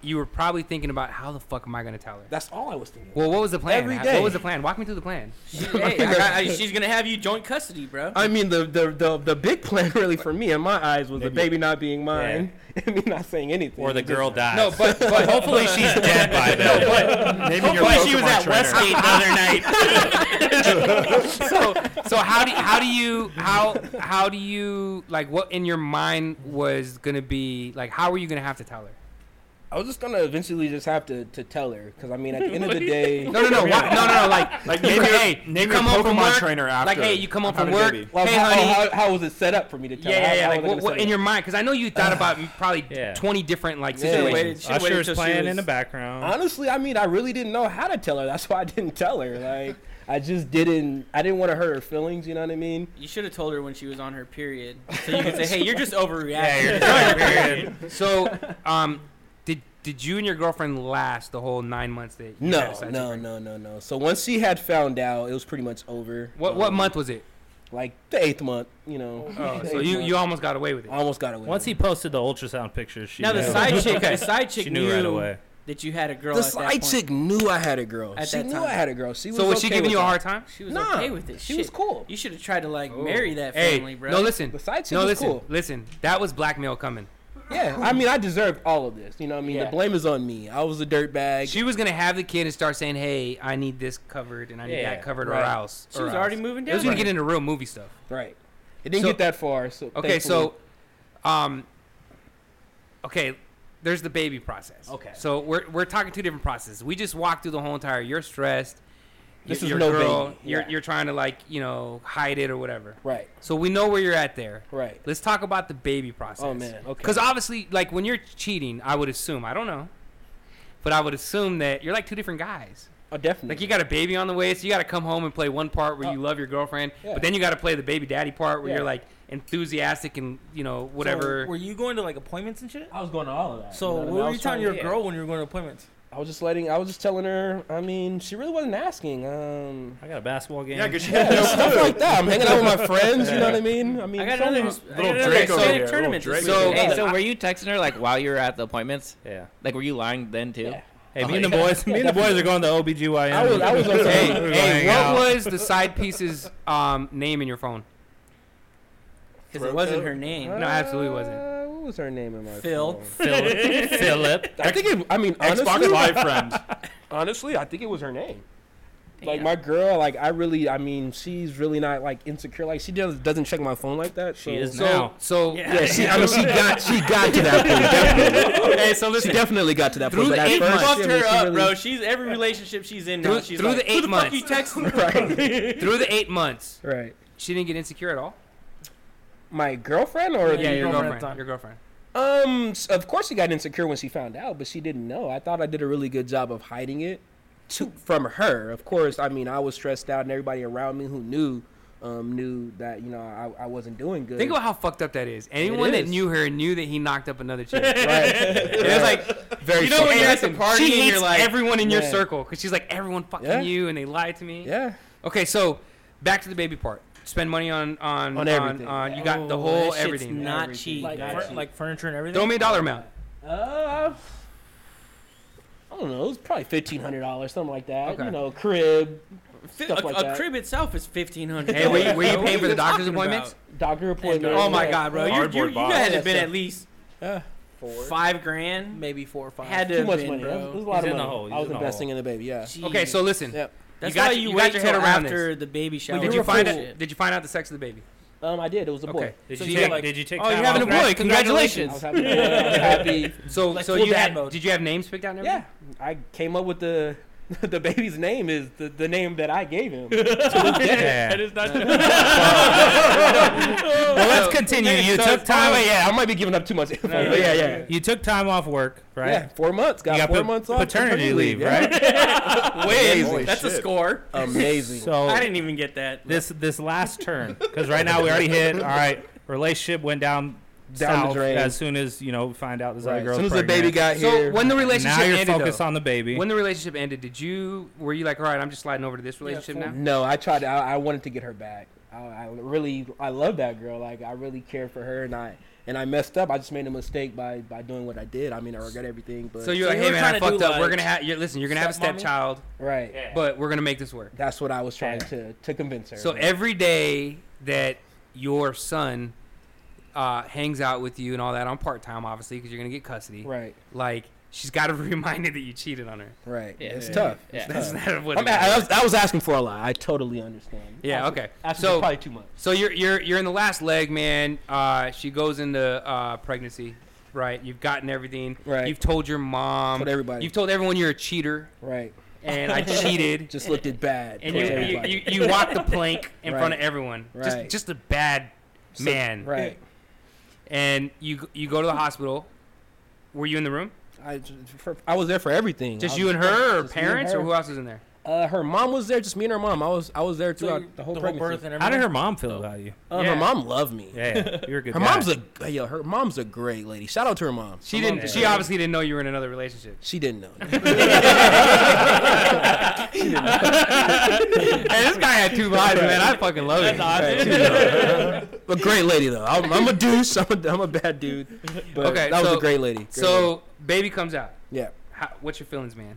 Speaker 2: you were probably thinking about how the fuck am I gonna tell her?
Speaker 7: That's all I was thinking.
Speaker 2: Well, what was the plan?
Speaker 7: Every
Speaker 2: How-
Speaker 7: day.
Speaker 2: What was the plan? Walk me through the plan.
Speaker 3: She- hey, I got- I- she's gonna have you joint custody, bro.
Speaker 7: I mean, the, the the the big plan really for me in my eyes was the baby not being mine and me not saying anything.
Speaker 12: Or the
Speaker 7: Just-
Speaker 12: girl dies.
Speaker 2: No, but
Speaker 12: but hopefully she's dead
Speaker 2: Oh.
Speaker 12: by then.
Speaker 6: Naming your
Speaker 12: Hopefully she was
Speaker 6: Pokemon
Speaker 12: at
Speaker 6: trainer.
Speaker 12: Westgate the other night.
Speaker 2: so so how do how do you how how do you like what in your mind was gonna be like how were you gonna have to tell her?
Speaker 7: I was just gonna eventually just have to to tell her because I mean, at the end of the day,
Speaker 2: No no no why, no no no like
Speaker 6: Like,
Speaker 2: you-
Speaker 6: name your,
Speaker 2: hey you
Speaker 6: name your
Speaker 2: come home from
Speaker 6: Pokemon
Speaker 2: work
Speaker 6: trainer after.
Speaker 2: like hey you come home
Speaker 6: I'm
Speaker 2: from
Speaker 6: having a
Speaker 2: work
Speaker 6: baby.
Speaker 7: well,
Speaker 2: hey
Speaker 7: how,
Speaker 2: honey
Speaker 7: how, how was it set up for me to tell? her?
Speaker 2: yeah yeah yeah
Speaker 7: How
Speaker 2: like
Speaker 7: was I
Speaker 2: what,
Speaker 7: gonna
Speaker 2: what
Speaker 7: say
Speaker 2: in
Speaker 7: it?
Speaker 2: your mind because I know you thought about probably
Speaker 5: Yeah.
Speaker 2: twenty different like
Speaker 7: Yeah.
Speaker 2: situations.
Speaker 3: Waited- should've waited
Speaker 5: Usher's
Speaker 3: till she
Speaker 5: playing in the
Speaker 3: was-
Speaker 5: background.
Speaker 7: Honestly, I mean, I really didn't know how to tell her. That's why I didn't tell her. Like, I just didn't. I didn't want to hurt her feelings. You know what I mean?
Speaker 3: You should have told her when she was on her period, so you could say, "Hey, you're just overreacting."
Speaker 2: So, um, did did you and your girlfriend last the whole nine months that? You had a
Speaker 7: No,
Speaker 2: side
Speaker 7: no,
Speaker 2: chick?
Speaker 7: no, no, no. So once she had found out, it was pretty much over.
Speaker 2: What what
Speaker 7: Um,
Speaker 2: month was it?
Speaker 7: Like the eighth month. You know.
Speaker 2: Oh,
Speaker 7: The
Speaker 2: so
Speaker 7: eighth
Speaker 2: you
Speaker 7: month.
Speaker 2: you almost got away with it.
Speaker 7: I almost got away.
Speaker 5: Once
Speaker 7: with
Speaker 5: he
Speaker 7: it.
Speaker 5: posted the ultrasound pictures, she
Speaker 3: now
Speaker 5: knew.
Speaker 3: the side chick, the side chick
Speaker 5: she
Speaker 3: knew,
Speaker 5: knew right away.
Speaker 3: that you had a girl.
Speaker 7: the
Speaker 3: at that
Speaker 7: side
Speaker 3: point.
Speaker 7: chick knew I had a girl.
Speaker 3: At
Speaker 7: she
Speaker 3: that
Speaker 7: knew
Speaker 3: time.
Speaker 7: I had a girl. She was.
Speaker 2: So was she
Speaker 7: okay
Speaker 2: giving
Speaker 7: with
Speaker 2: you a
Speaker 7: that.
Speaker 2: hard time?
Speaker 3: She was
Speaker 7: Nah,
Speaker 3: okay with it.
Speaker 7: She
Speaker 3: Shit.
Speaker 7: was cool.
Speaker 3: You should have tried to like
Speaker 2: Oh.
Speaker 3: marry that
Speaker 2: Hey,
Speaker 3: family, bro.
Speaker 2: no, listen,
Speaker 7: The side chick
Speaker 2: no,
Speaker 7: was
Speaker 2: listen,
Speaker 7: cool.
Speaker 2: listen. That was blackmail coming.
Speaker 7: Yeah, I mean, I deserved all of this. You know, what I mean,
Speaker 3: Yeah.
Speaker 7: the blame is on me. I was a dirtbag.
Speaker 2: She was gonna have the kid and start saying, "Hey, I need this covered and I need
Speaker 5: Yeah,
Speaker 2: that covered, or
Speaker 7: right.
Speaker 2: else."
Speaker 3: she
Speaker 2: or
Speaker 3: was
Speaker 2: else."
Speaker 3: already moving
Speaker 2: It
Speaker 3: down.
Speaker 2: was gonna get into real movie stuff.
Speaker 7: Right. It didn't
Speaker 2: So-
Speaker 7: get that far. So
Speaker 2: Okay,
Speaker 7: thankfully-
Speaker 2: so, um, okay, there's the baby process.
Speaker 7: Okay.
Speaker 2: So we're we're talking two different processes. We just walked through the whole entire. You're stressed.
Speaker 7: This
Speaker 2: y-
Speaker 7: is
Speaker 2: your
Speaker 7: no
Speaker 2: girl,
Speaker 7: baby.
Speaker 2: You're
Speaker 7: Yeah.
Speaker 2: you're trying to like you know hide it or whatever.
Speaker 7: right,
Speaker 2: So we know where you're at there.
Speaker 7: right.
Speaker 2: Let's talk about the baby process.
Speaker 7: Oh man, okay.
Speaker 2: Because obviously, like when you're cheating, I would assume I don't know, but I would assume that you're like two different guys.
Speaker 7: oh, definitely.
Speaker 2: Like you got a baby on the way, so you got to come home and play one part where you love your girlfriend,
Speaker 7: Yeah.
Speaker 2: but then you got to play the baby daddy part where
Speaker 7: Yeah.
Speaker 2: you're like enthusiastic and you know whatever.
Speaker 9: were you going to like appointments and shit?
Speaker 7: I was going to all of that.
Speaker 9: So
Speaker 7: you know what I mean?
Speaker 9: what
Speaker 7: I
Speaker 9: were
Speaker 7: was
Speaker 9: you telling
Speaker 7: trying-
Speaker 9: your
Speaker 7: yeah.
Speaker 9: girl when you were going to appointments?
Speaker 7: I was just letting. I was just telling her. I mean, she really wasn't asking. Um,
Speaker 5: I got a basketball game.
Speaker 6: Yeah, because she had no
Speaker 7: stuff like that. I'm hanging out with my friends. You know what I mean? I mean,
Speaker 3: I got
Speaker 7: so-
Speaker 3: another
Speaker 6: little Drake
Speaker 3: Drake
Speaker 6: over here,
Speaker 3: tournament.
Speaker 6: little
Speaker 3: this
Speaker 6: Drake.
Speaker 3: weekend.
Speaker 10: Hey, so were you texting her like while you were at the appointments?
Speaker 5: Yeah.
Speaker 10: Like, were you lying then too?
Speaker 7: Yeah.
Speaker 5: Hey, me and the boys, me and the boys are going to OBGYN.
Speaker 7: I was. I was. on some-
Speaker 2: hey,
Speaker 5: We're
Speaker 2: hey,
Speaker 5: going
Speaker 2: what
Speaker 5: out.
Speaker 2: was the side piece's um, name in your phone?
Speaker 3: because it wasn't her name.
Speaker 2: No, absolutely wasn't.
Speaker 7: Uh, what was her name in my
Speaker 3: Phil.
Speaker 7: phone?
Speaker 5: Philip. Philip.
Speaker 7: I think it. I mean, honestly,
Speaker 6: Xbox Live friend.
Speaker 7: honestly, I think it was her name. Like
Speaker 3: Damn.
Speaker 7: my girl, like I really, I mean, she's really not like insecure. Like she does, doesn't check my phone like that. So.
Speaker 5: She is
Speaker 2: So,
Speaker 5: now.
Speaker 2: so
Speaker 7: Yeah, she, I mean, she got, she got to that point. Definitely.
Speaker 2: hey, so
Speaker 7: She
Speaker 2: listen.
Speaker 7: definitely got to that
Speaker 2: Through
Speaker 7: point.
Speaker 2: the
Speaker 7: but at
Speaker 2: eight
Speaker 7: first,
Speaker 2: months-
Speaker 7: I
Speaker 3: Fucked
Speaker 7: mean,
Speaker 3: her
Speaker 7: she
Speaker 3: up,
Speaker 7: really-
Speaker 3: bro. She's every relationship she's in now.
Speaker 2: Through-
Speaker 3: she's
Speaker 2: through
Speaker 3: like,
Speaker 2: the eight
Speaker 3: Who the
Speaker 2: months."
Speaker 3: fuck you texting?
Speaker 2: Through the eight months,
Speaker 7: Right.
Speaker 2: she didn't get insecure at all.
Speaker 7: My girlfriend or
Speaker 9: Yeah,
Speaker 2: Yeah, your
Speaker 9: your girlfriend
Speaker 2: girlfriend.
Speaker 9: at the time.
Speaker 2: Your girlfriend.
Speaker 7: um s- of course she got insecure when she found out, but she didn't know. I thought I did a really good job of hiding it to from her. Of course, I mean I was stressed out and everybody around me who knew um knew that, you know, I, I wasn't doing good.
Speaker 2: Think about how fucked up that is. Anyone that
Speaker 7: is.
Speaker 2: knew her knew that he knocked up another chick. it
Speaker 7: right.
Speaker 2: was like very. You know when
Speaker 3: fucked
Speaker 2: you're
Speaker 3: up.
Speaker 2: at the party
Speaker 3: She
Speaker 2: and you're
Speaker 3: hates
Speaker 2: like everyone in your
Speaker 7: Yeah.
Speaker 2: circle because she's like everyone fucking
Speaker 7: Yeah.
Speaker 2: you and they lied to me.
Speaker 7: Yeah.
Speaker 2: Okay, so back to the baby part. Spend money on on
Speaker 7: On
Speaker 2: on
Speaker 7: everything.
Speaker 2: everything. On, you got the whole
Speaker 3: that shit's
Speaker 2: everything.
Speaker 3: Not
Speaker 7: Everything.
Speaker 3: cheap.
Speaker 9: Like,
Speaker 7: Got
Speaker 9: fur-
Speaker 7: you.
Speaker 9: like furniture and everything.
Speaker 2: Throw me a dollar amount.
Speaker 7: Uh I don't know, it was probably fifteen hundred dollars, something like that.
Speaker 2: Okay.
Speaker 7: You know, crib,
Speaker 3: Fi-
Speaker 7: Stuff
Speaker 3: a,
Speaker 7: like
Speaker 3: a
Speaker 7: that.
Speaker 3: crib itself is fifteen hundred.
Speaker 2: Hey, were you, were you paying for the doctor's appointments?
Speaker 7: doctor appointment.
Speaker 3: Oh my
Speaker 7: yeah.
Speaker 3: god, bro! You, you,
Speaker 6: Cardboard
Speaker 3: you
Speaker 6: box.
Speaker 3: had to
Speaker 7: Yeah,
Speaker 3: have been
Speaker 7: so-
Speaker 3: at least
Speaker 7: Four.
Speaker 3: five grand.
Speaker 9: maybe four or five.
Speaker 3: Had to
Speaker 7: Too
Speaker 3: have
Speaker 7: much
Speaker 3: been,
Speaker 7: money. It was, it was
Speaker 3: bro.
Speaker 7: a lot
Speaker 5: He's
Speaker 7: of
Speaker 5: in the
Speaker 7: money.
Speaker 5: hole. He's
Speaker 7: I was
Speaker 5: in the hole.
Speaker 7: investing in the baby. Yeah.
Speaker 2: Okay, so listen.
Speaker 7: Yep.
Speaker 3: That's
Speaker 2: got
Speaker 3: why
Speaker 2: you-
Speaker 3: you,
Speaker 2: you got
Speaker 3: wait
Speaker 2: your
Speaker 3: your
Speaker 2: head
Speaker 3: head
Speaker 2: around
Speaker 3: after the baby shower.
Speaker 2: Did you find
Speaker 3: Bullshit.
Speaker 2: it? Did you find out the sex of the baby?
Speaker 7: Um, I did. It was a boy.
Speaker 2: Okay.
Speaker 5: Did
Speaker 9: So
Speaker 5: you
Speaker 9: you
Speaker 5: take?
Speaker 9: like-
Speaker 5: Did you take?
Speaker 3: Oh, you're
Speaker 5: time
Speaker 3: having a
Speaker 5: off?
Speaker 3: boy!
Speaker 7: I was
Speaker 3: Congratulations!
Speaker 7: happy. I was happy.
Speaker 2: So
Speaker 9: Like
Speaker 2: so
Speaker 9: full
Speaker 2: you
Speaker 9: dad
Speaker 2: had
Speaker 9: mode.
Speaker 2: did you have names picked out? And
Speaker 7: Yeah,
Speaker 2: everything?
Speaker 7: I came up with the the baby's name is the, the name that I gave him. So
Speaker 12: Yeah.
Speaker 3: is not.
Speaker 12: Well, let's continue. You took
Speaker 7: it's
Speaker 12: time.
Speaker 7: probably- yeah, I might be giving up too much info, but yeah, yeah,
Speaker 5: You took time off work, right?
Speaker 7: yeah. Four months, got,
Speaker 12: You got
Speaker 7: four
Speaker 12: pa-
Speaker 7: months off
Speaker 12: paternity leave, right?
Speaker 6: Holy
Speaker 7: Amazing.
Speaker 3: That's a
Speaker 6: shit.
Speaker 3: score.
Speaker 7: Amazing.
Speaker 5: So
Speaker 3: I didn't even get that.
Speaker 5: this this last turn, because right now we already hit. All right, relationship went down,
Speaker 7: Down the
Speaker 5: south
Speaker 7: drain.
Speaker 5: as soon as you know we find out this
Speaker 7: Right.
Speaker 5: other girl.
Speaker 7: As soon as the baby got
Speaker 2: So
Speaker 7: here,
Speaker 2: when the relationship
Speaker 5: Now you're
Speaker 2: ended,
Speaker 5: focused
Speaker 2: though,
Speaker 5: on the baby.
Speaker 2: when the relationship ended, did you were you like, all right, I'm just sliding over to this relationship now?
Speaker 7: no, I tried. I, I wanted to get her back. I, I really, I love that girl. Like I really cared for her, and I and I messed up. I just made a mistake by by doing what I did. I mean, I regret everything, but
Speaker 2: So you're
Speaker 9: So
Speaker 2: like,
Speaker 9: you
Speaker 2: hey
Speaker 9: were
Speaker 2: man,
Speaker 9: trying
Speaker 2: I
Speaker 9: to do,
Speaker 2: fucked up. we're
Speaker 9: like,
Speaker 2: gonna have. You're, listen, you're gonna have a
Speaker 9: stepmommy?
Speaker 2: stepchild,
Speaker 7: right.
Speaker 5: Yeah.
Speaker 2: but we're gonna make this work.
Speaker 7: That's what I was trying
Speaker 5: Yeah.
Speaker 7: to to convince her.
Speaker 2: So
Speaker 7: But-
Speaker 2: every day that your son uh, hangs out with you and all that on part time, obviously, because you're gonna get custody.
Speaker 7: right,
Speaker 2: Like she's got to be reminded that you cheated on her.
Speaker 7: right,
Speaker 10: Yeah.
Speaker 7: it's
Speaker 10: Yeah.
Speaker 7: tough.
Speaker 10: Yeah.
Speaker 7: It's
Speaker 2: That's
Speaker 7: tough.
Speaker 2: not what.
Speaker 7: I'm,
Speaker 2: it is.
Speaker 7: I, was, I was asking for a lot. I totally understand.
Speaker 2: Yeah.
Speaker 7: Asking-
Speaker 2: Okay.
Speaker 7: asking
Speaker 2: So-
Speaker 7: for probably too much.
Speaker 2: So you're you're you're in the last leg, man. Uh, she goes into uh, pregnancy, right? You've gotten everything.
Speaker 7: Right.
Speaker 2: You've told your mom.
Speaker 7: Told everybody.
Speaker 2: You've told everyone you're a cheater
Speaker 7: Right.
Speaker 2: and I cheated.
Speaker 7: Just looked it bad.
Speaker 2: and you,
Speaker 7: towards
Speaker 2: you,
Speaker 7: everybody.
Speaker 2: you, you walk the plank in front of
Speaker 7: Right.
Speaker 2: everyone.
Speaker 7: Right.
Speaker 2: Just just a bad
Speaker 7: So-
Speaker 2: man.
Speaker 7: Right.
Speaker 2: And you you go to the hospital. Were you in the room?
Speaker 7: I, for, I was there for everything.
Speaker 2: Just
Speaker 7: I
Speaker 2: you
Speaker 7: was-
Speaker 2: and her, or
Speaker 7: just me and
Speaker 2: parents, or
Speaker 7: her.
Speaker 2: who else was in there?
Speaker 7: Uh, her mom was there. Just me and her mom. I was I was there throughout the whole
Speaker 9: the whole
Speaker 7: pregnancy.
Speaker 9: birth and everything.
Speaker 5: How did her mom feel about you?
Speaker 7: Uh,
Speaker 2: Yeah.
Speaker 7: Her mom loved me.
Speaker 5: Yeah, you're a good.
Speaker 7: Her
Speaker 5: guy.
Speaker 7: mom's a yo. Her mom's a great lady. Shout out to her mom.
Speaker 2: She
Speaker 7: Her
Speaker 2: didn't.
Speaker 7: mom's
Speaker 2: She
Speaker 7: great.
Speaker 2: obviously didn't know you were in another relationship.
Speaker 7: She didn't know.
Speaker 2: hey, this guy had two lives, man. I fucking love it.
Speaker 7: but great lady though. I'm, I'm a douche. I'm a, I'm a bad dude. But
Speaker 2: Okay,
Speaker 7: that was
Speaker 2: so-
Speaker 7: a great lady. Great
Speaker 2: So baby comes out.
Speaker 7: lady.
Speaker 2: How, what's your feelings, man?
Speaker 7: yeah.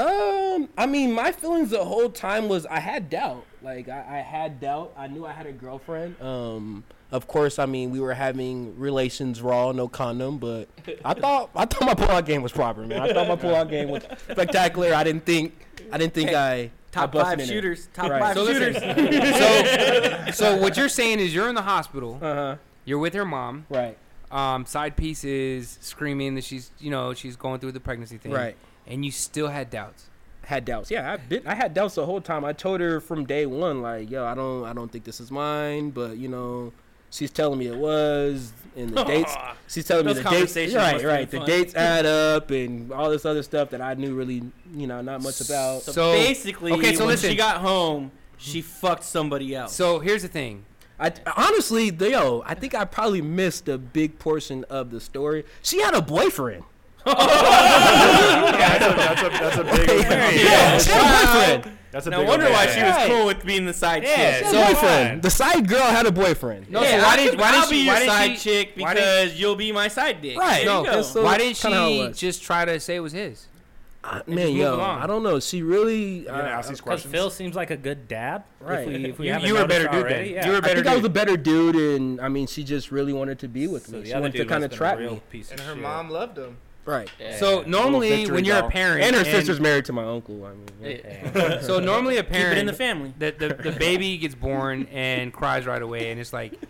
Speaker 7: Um, I mean, my feelings the whole time was I had doubt. Like I, I had doubt. I knew I had a girlfriend. Um, of course, I mean we were having relations raw, no condom. But I thought I thought my pullout game was proper, man. I thought my pullout game was spectacular. I didn't think I didn't think I I
Speaker 3: Top
Speaker 7: busted
Speaker 3: five
Speaker 7: in it.
Speaker 3: shooters. Top
Speaker 7: Right.
Speaker 3: five
Speaker 2: So listen.
Speaker 3: shooters.
Speaker 2: so, so what you're saying is you're in the hospital.
Speaker 7: Uh huh.
Speaker 2: You're with her mom.
Speaker 7: Right.
Speaker 2: Um, side piece is screaming that she's, you know, she's going through the pregnancy thing.
Speaker 7: Right.
Speaker 2: And you still had doubts.
Speaker 7: had doubts. Yeah, I've been, I had doubts the whole time. I told her from day one, like, yo, I don't, I don't think this is mine. But you know, she's telling me it was, and the dates. She's telling
Speaker 9: Those
Speaker 7: me the dates.
Speaker 9: conversations must
Speaker 7: Right,
Speaker 9: have
Speaker 7: right.
Speaker 9: been fun.
Speaker 7: The dates add up, and all this other stuff that I knew really, you know, not much about.
Speaker 3: So,
Speaker 2: So-
Speaker 3: basically,
Speaker 2: okay, so
Speaker 3: when
Speaker 2: listen.
Speaker 3: she got home, she fucked somebody else.
Speaker 2: So here's the thing.
Speaker 7: I honestly, the- yo, I think I probably missed a big portion of the story. She had a boyfriend.
Speaker 6: that's, a, that's, a, that's a big.
Speaker 7: Yeah, she had a boyfriend.
Speaker 6: That's a
Speaker 3: no
Speaker 6: big
Speaker 3: wonder
Speaker 6: old
Speaker 3: why
Speaker 6: bad.
Speaker 3: she was
Speaker 7: Right.
Speaker 3: cool with being the side
Speaker 5: Yeah,
Speaker 3: chick.
Speaker 7: She had a boyfriend. The side girl had a boyfriend.
Speaker 2: No,
Speaker 3: yeah,
Speaker 2: so why
Speaker 3: I
Speaker 2: didn't
Speaker 3: could-
Speaker 2: why
Speaker 3: I'll
Speaker 2: didn't
Speaker 3: be
Speaker 2: she,
Speaker 3: your
Speaker 2: why didn't
Speaker 3: side
Speaker 2: she,
Speaker 3: chick
Speaker 2: why didn't-
Speaker 3: because you'll be my side dick.
Speaker 7: Right.
Speaker 3: There
Speaker 2: No,
Speaker 3: you go.
Speaker 7: that's so-
Speaker 2: why didn't
Speaker 7: kinda how it
Speaker 2: she
Speaker 7: was.
Speaker 2: just try to say it was his?
Speaker 7: I,
Speaker 2: just
Speaker 7: man,
Speaker 2: move
Speaker 7: yo,
Speaker 2: along.
Speaker 7: I don't know. She really. uh,
Speaker 6: You're gonna
Speaker 7: I-
Speaker 6: ask these
Speaker 5: Because
Speaker 6: questions.
Speaker 5: Phil seems like a good dad.
Speaker 7: Right.
Speaker 5: If we, if we
Speaker 2: You-
Speaker 5: haven't
Speaker 2: you were a
Speaker 5: noticed
Speaker 2: better dude
Speaker 5: already.
Speaker 2: then.
Speaker 5: Yeah.
Speaker 2: You were a
Speaker 7: I
Speaker 2: better
Speaker 7: think I was
Speaker 2: dude.
Speaker 7: a better dude, and I mean, she just really wanted to be with
Speaker 5: So
Speaker 7: me.
Speaker 5: the
Speaker 7: She
Speaker 5: other
Speaker 7: wanted to
Speaker 5: dude
Speaker 7: kind
Speaker 5: must've
Speaker 7: of
Speaker 5: been a
Speaker 7: trap
Speaker 5: real
Speaker 7: me.
Speaker 5: piece
Speaker 11: And
Speaker 5: of
Speaker 11: her
Speaker 5: shit.
Speaker 11: mom loved him.
Speaker 7: Right.
Speaker 10: Yeah.
Speaker 2: So normally
Speaker 6: victory
Speaker 2: when you're a
Speaker 6: doll.
Speaker 2: parent
Speaker 7: And her sister's married to my uncle. I mean, yeah.
Speaker 10: Yeah.
Speaker 2: So normally a
Speaker 3: Keep
Speaker 2: parent
Speaker 3: it in the family.
Speaker 2: the, the, the baby gets born and cries right away and it's like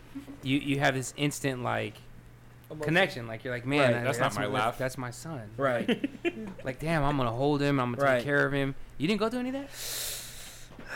Speaker 2: you, you have this instant like connection like you're like man
Speaker 7: Right,
Speaker 6: that's not my
Speaker 2: that's-
Speaker 6: laugh.
Speaker 2: that's my son
Speaker 7: right.
Speaker 2: like damn i'm gonna hold him i'm gonna take
Speaker 7: Right.
Speaker 2: care of him you didn't go through any of that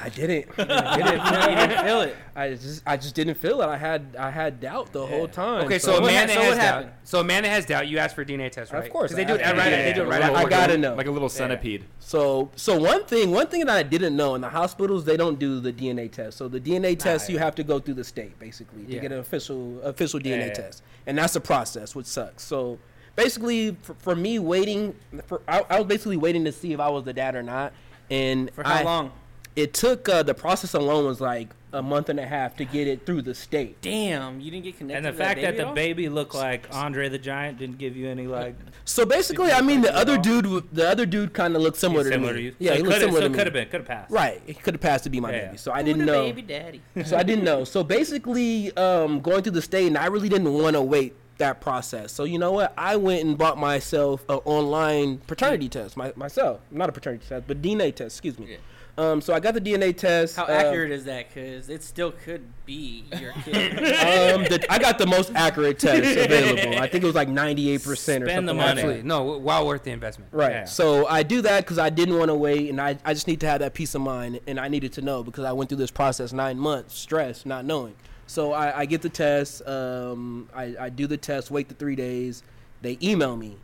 Speaker 7: I didn't. I didn't.
Speaker 3: You didn't feel it.
Speaker 7: I just, I just didn't feel it. I had, I had doubt the whole time.
Speaker 2: okay so, a
Speaker 3: what
Speaker 2: man
Speaker 3: hap-
Speaker 2: that
Speaker 3: so
Speaker 2: has
Speaker 3: what
Speaker 2: doubt
Speaker 3: happened?
Speaker 2: so a man that has doubt you ask for a dna test right
Speaker 7: Of course,
Speaker 2: 'Cause they do it
Speaker 7: I-
Speaker 2: right
Speaker 7: yeah,
Speaker 2: they do it right
Speaker 6: Like a
Speaker 2: after
Speaker 7: I gotta know.
Speaker 6: Like a little centipede.
Speaker 7: So, so one thing, one thing that I didn't know in the hospitals, they don't do the DNA test. So the DNA test, you have to go through the state basically to
Speaker 2: Yeah.
Speaker 7: get an official official DNA
Speaker 5: yeah.
Speaker 7: test, and that's a process, which sucks. So basically, for, for me waiting, for I, I was basically waiting to see if I was the dad or not, and
Speaker 3: For how
Speaker 7: I-
Speaker 3: long?
Speaker 7: It took uh, the process alone was like a month and a half to get it through the state.
Speaker 3: Damn, you didn't get connected.
Speaker 5: And the
Speaker 3: to
Speaker 5: fact that
Speaker 3: baby
Speaker 5: the
Speaker 3: at all?
Speaker 5: baby looked like Andre the Giant didn't give you any like
Speaker 7: So basically, I mean, the other dude, w- the other dude, kind of looked similar,
Speaker 5: similar to
Speaker 7: to me.
Speaker 5: you.
Speaker 7: Yeah,
Speaker 5: so
Speaker 7: he looked
Speaker 5: could've-
Speaker 7: similar
Speaker 5: so
Speaker 7: to
Speaker 5: could have
Speaker 7: me.
Speaker 5: been, could have passed.
Speaker 7: Right, he could have passed to be my
Speaker 5: Yeah.
Speaker 7: baby, so I
Speaker 3: Who
Speaker 7: didn't
Speaker 3: the
Speaker 7: know.
Speaker 3: Baby daddy.
Speaker 7: so I didn't know. So basically, um, going through the state, and I really didn't want to wait that process. So you know what? I went and bought myself an online paternity test my, myself. Not a paternity test, but DNA test. Excuse me. Um, so I got the DNA test.
Speaker 3: How
Speaker 7: uh,
Speaker 3: accurate is that? Because it still could be your kid.
Speaker 7: Um, the, I got the most accurate test available. I think it was like ninety-eight percent or something.
Speaker 5: Spend the
Speaker 7: like
Speaker 5: money.
Speaker 7: that.
Speaker 2: absolutely no w- well worth the investment
Speaker 7: Right.
Speaker 5: Yeah.
Speaker 7: So I do that because I didn't want to wait, and I, I just need to have that peace of mind, and I needed to know because I went through this process nine months, stress, not knowing. So I, I get the test. Um, I, I do the test, wait the three days. They email me.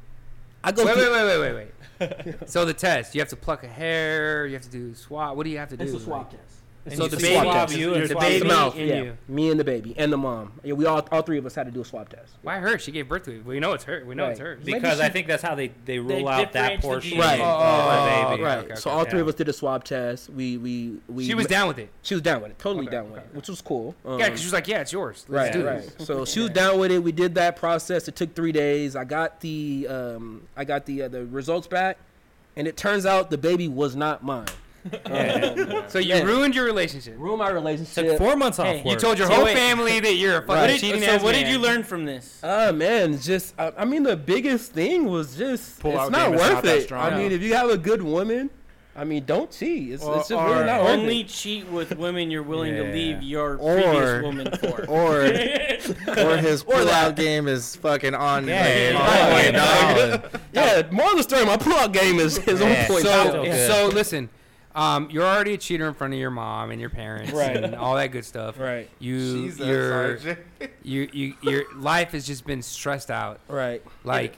Speaker 7: I go.
Speaker 2: wait
Speaker 7: through,
Speaker 2: wait wait wait wait wait so the test you have to pluck a hair you have to do swab what do you have to do
Speaker 7: It's a
Speaker 2: Like-
Speaker 7: swab test.
Speaker 5: And
Speaker 3: So
Speaker 5: you
Speaker 3: the
Speaker 5: see
Speaker 3: baby-
Speaker 5: swab you and
Speaker 3: the
Speaker 5: swab
Speaker 3: baby
Speaker 5: me.
Speaker 3: and
Speaker 7: yeah,
Speaker 3: you.
Speaker 7: me and the baby and the mom. Yeah, we all all three of us had to do a swab test.
Speaker 2: Why her? She gave birth to it. We know it's her. We know it's
Speaker 7: Right.
Speaker 2: her.
Speaker 7: Maybe
Speaker 5: because I
Speaker 7: she-
Speaker 5: think that's how they, they rule
Speaker 3: They
Speaker 5: out that
Speaker 3: differentiate the
Speaker 5: portion.
Speaker 3: genes.
Speaker 5: of
Speaker 2: Right.
Speaker 5: the
Speaker 2: Oh,
Speaker 5: baby.
Speaker 7: right.
Speaker 2: okay,
Speaker 7: so
Speaker 2: okay,
Speaker 7: all
Speaker 5: yeah.
Speaker 7: three of us did a swab test. We we we.
Speaker 2: She was down with it.
Speaker 7: She was down with it. Totally
Speaker 2: Okay,
Speaker 7: down with
Speaker 2: okay,
Speaker 7: it, which was cool. Um,
Speaker 2: Yeah, because she was like, yeah, it's yours. Let's
Speaker 7: Right,
Speaker 2: do
Speaker 7: right.
Speaker 2: this.
Speaker 7: So she was down with it. We did that process. It took three days. I got the um, I got the uh, the results back, and it turns out the baby was not mine.
Speaker 2: So you
Speaker 7: Yeah.
Speaker 2: ruined your relationship.
Speaker 7: Ruined my relationship.
Speaker 5: Took four months off
Speaker 3: Hey, you
Speaker 2: You
Speaker 5: work.
Speaker 2: told your
Speaker 3: So
Speaker 2: whole
Speaker 3: wait.
Speaker 2: family that you're a fucking
Speaker 3: What did-
Speaker 2: cheating
Speaker 3: so
Speaker 2: ass
Speaker 3: what
Speaker 2: man.
Speaker 3: did you learn from this?
Speaker 7: Oh man, just I, I mean the biggest thing was just
Speaker 6: Pull
Speaker 7: it's
Speaker 6: out
Speaker 7: not
Speaker 6: game is
Speaker 7: worth
Speaker 6: not that
Speaker 7: it.
Speaker 6: strong.
Speaker 7: I mean, if you have a good woman, I mean don't cheat. It's,
Speaker 6: Or-
Speaker 7: it's just really
Speaker 6: or
Speaker 10: Oh,
Speaker 7: not worth
Speaker 3: Only
Speaker 7: it.
Speaker 3: cheat with women you're willing
Speaker 5: Yeah.
Speaker 3: to leave your
Speaker 11: Or-
Speaker 3: previous woman for.
Speaker 11: Or or his pullout game is fucking on.
Speaker 5: Yeah,
Speaker 11: like,
Speaker 5: yeah,
Speaker 11: on point,
Speaker 2: yeah.
Speaker 11: dog.
Speaker 7: Yeah, more of the story. My pull-out game is is on
Speaker 11: Yeah.
Speaker 7: point.
Speaker 2: So,
Speaker 5: Yeah.
Speaker 2: so listen, um, you're already a cheater in front of your mom and your parents and all that good stuff.
Speaker 7: Right,
Speaker 2: You,
Speaker 11: Jesus,
Speaker 2: your,
Speaker 11: RJ.
Speaker 2: you, you, your life has just been stressed out.
Speaker 7: right.
Speaker 2: Like,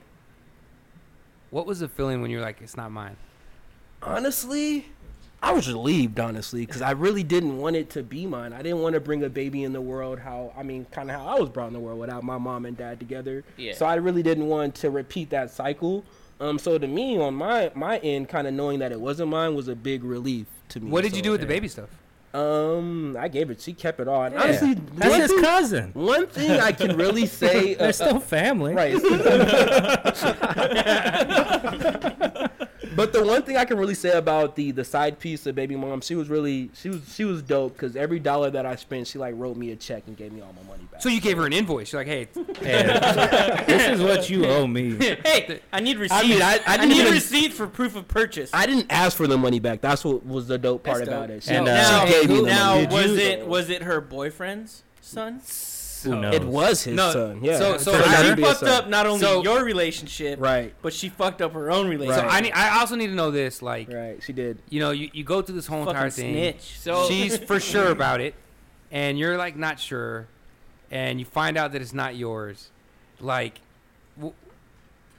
Speaker 2: what was the feeling when you were like, it's not mine?
Speaker 7: honestly, I was relieved, honestly, because I really didn't want it to be mine. I didn't want to bring a baby in the world how, I mean, kind of how I was brought in the world without my mom and dad together.
Speaker 10: Yeah.
Speaker 7: So I really didn't want to repeat that cycle. Um, so to me, on my my end, kind of knowing that it wasn't mine was a big relief to me.
Speaker 2: What did you
Speaker 7: So,
Speaker 2: do with the baby stuff?
Speaker 7: Um, I gave it. She kept it all. And Honestly,
Speaker 5: That's
Speaker 7: one
Speaker 5: his
Speaker 7: thing,
Speaker 5: cousin.
Speaker 7: one thing I can really say. uh,
Speaker 5: They're still family.
Speaker 7: Right. but the one thing I can really say about the the side piece of baby mom, she was really she was she was dope because every dollar that I spent, she like wrote me a check and gave me all my money back.
Speaker 2: So you gave her an invoice. You're like, hey, it's-
Speaker 5: Hey, this is what you owe me.
Speaker 3: Hey, I need receipt.
Speaker 7: I mean, I, I
Speaker 3: I
Speaker 7: didn't
Speaker 3: need
Speaker 7: even,
Speaker 3: receipt for proof of purchase.
Speaker 7: I didn't ask for the money back. That's what was the dope part
Speaker 3: That's
Speaker 7: about
Speaker 3: dope.
Speaker 7: it. She,
Speaker 5: And, uh,
Speaker 3: now,
Speaker 7: she gave me the
Speaker 3: now
Speaker 7: money.
Speaker 3: was it was it her boyfriend's son?
Speaker 5: Who knows?
Speaker 7: it was his
Speaker 2: No,
Speaker 7: son? Yeah.
Speaker 2: so- so
Speaker 7: It turned out
Speaker 2: I-
Speaker 7: to
Speaker 3: She
Speaker 7: be his
Speaker 3: fucked
Speaker 7: son.
Speaker 3: up not only
Speaker 2: So-
Speaker 3: your relationship,
Speaker 7: Right.
Speaker 3: but she fucked up her own
Speaker 2: so
Speaker 3: relationship.
Speaker 2: I, need, I also need to know this. Like,
Speaker 7: Right. She did.
Speaker 2: you know, you, you go through this whole entire
Speaker 3: Fucking
Speaker 2: thing.
Speaker 3: snitch.
Speaker 10: So
Speaker 2: She's for sure about it, and you're like not sure, and you find out that it's not yours. Like, wh-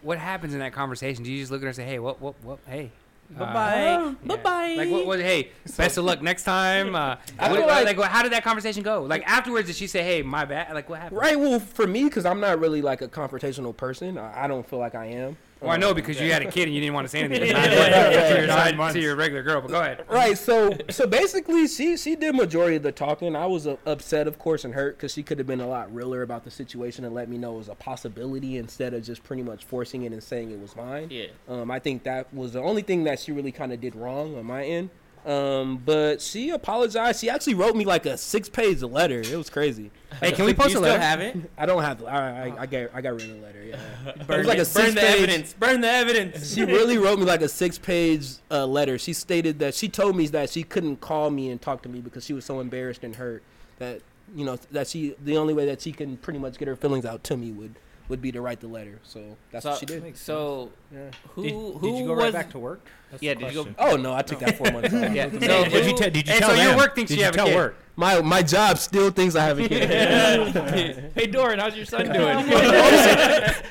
Speaker 2: what happens in that conversation? Do you just look at her and say, "Hey, what, what, what? Hey, uh,
Speaker 3: Bye bye.
Speaker 2: yeah.
Speaker 3: Bye bye.
Speaker 2: Like, what, what? Hey, best of luck next time. Uh,
Speaker 7: I
Speaker 2: what-
Speaker 7: feel
Speaker 2: like,
Speaker 7: like-
Speaker 2: what- how did that conversation go? Like afterwards, did she say, "Hey, my bad"? Like, what happened?
Speaker 7: Right. Well, for me, because I'm not really like a confrontational person. I, I don't feel like I am.
Speaker 2: Well, I know because you had a kid and you didn't want to say anything to,
Speaker 3: Yeah,
Speaker 6: yeah,
Speaker 2: your,
Speaker 6: yeah.
Speaker 2: non-
Speaker 6: Nine
Speaker 2: to your regular girl. But go ahead.
Speaker 7: right so so basically she she did majority of the talking i was uh, upset of course and hurt because she could have been a lot realer about the situation and let me know it was a possibility instead of just pretty much forcing it and saying it was mine
Speaker 10: yeah,
Speaker 7: um, i think that was the only thing that she really kind of did wrong on my end um, but she apologized she actually wrote me like a six page letter it was crazy
Speaker 2: Hey, can we
Speaker 3: You
Speaker 2: post a
Speaker 3: still
Speaker 2: letter?
Speaker 3: have it?
Speaker 7: i don't have i i, I got i got rid of the letter yeah it
Speaker 3: Burn,
Speaker 7: was like
Speaker 3: it.
Speaker 7: a
Speaker 3: Burn
Speaker 7: six
Speaker 3: the
Speaker 7: page
Speaker 3: evidence. Burn the evidence.
Speaker 7: she really wrote me like a six page uh, letter. She stated that she told me that she couldn't call me and talk to me because she was so embarrassed and hurt that you know that she the only way that she can pretty much get her feelings out to me would would be to write the letter. So that's
Speaker 10: so,
Speaker 7: what she did.
Speaker 10: so
Speaker 7: Yeah.
Speaker 10: who
Speaker 5: Did,
Speaker 10: who
Speaker 5: did you go
Speaker 10: was
Speaker 5: right back to work? That's
Speaker 10: Yeah,
Speaker 5: the
Speaker 10: did you go-
Speaker 5: question.
Speaker 7: Oh no, I took that four months. Off.
Speaker 10: yeah.
Speaker 5: So
Speaker 10: So
Speaker 5: did you,
Speaker 10: who-
Speaker 5: te- did you
Speaker 2: Hey,
Speaker 5: tell
Speaker 2: so your
Speaker 5: them?
Speaker 2: work thinks
Speaker 5: did
Speaker 2: you have a
Speaker 5: tell
Speaker 2: kid.
Speaker 5: work?
Speaker 7: My my job still thinks I have a kid. Oh,
Speaker 3: hey Doran, how's your son doing?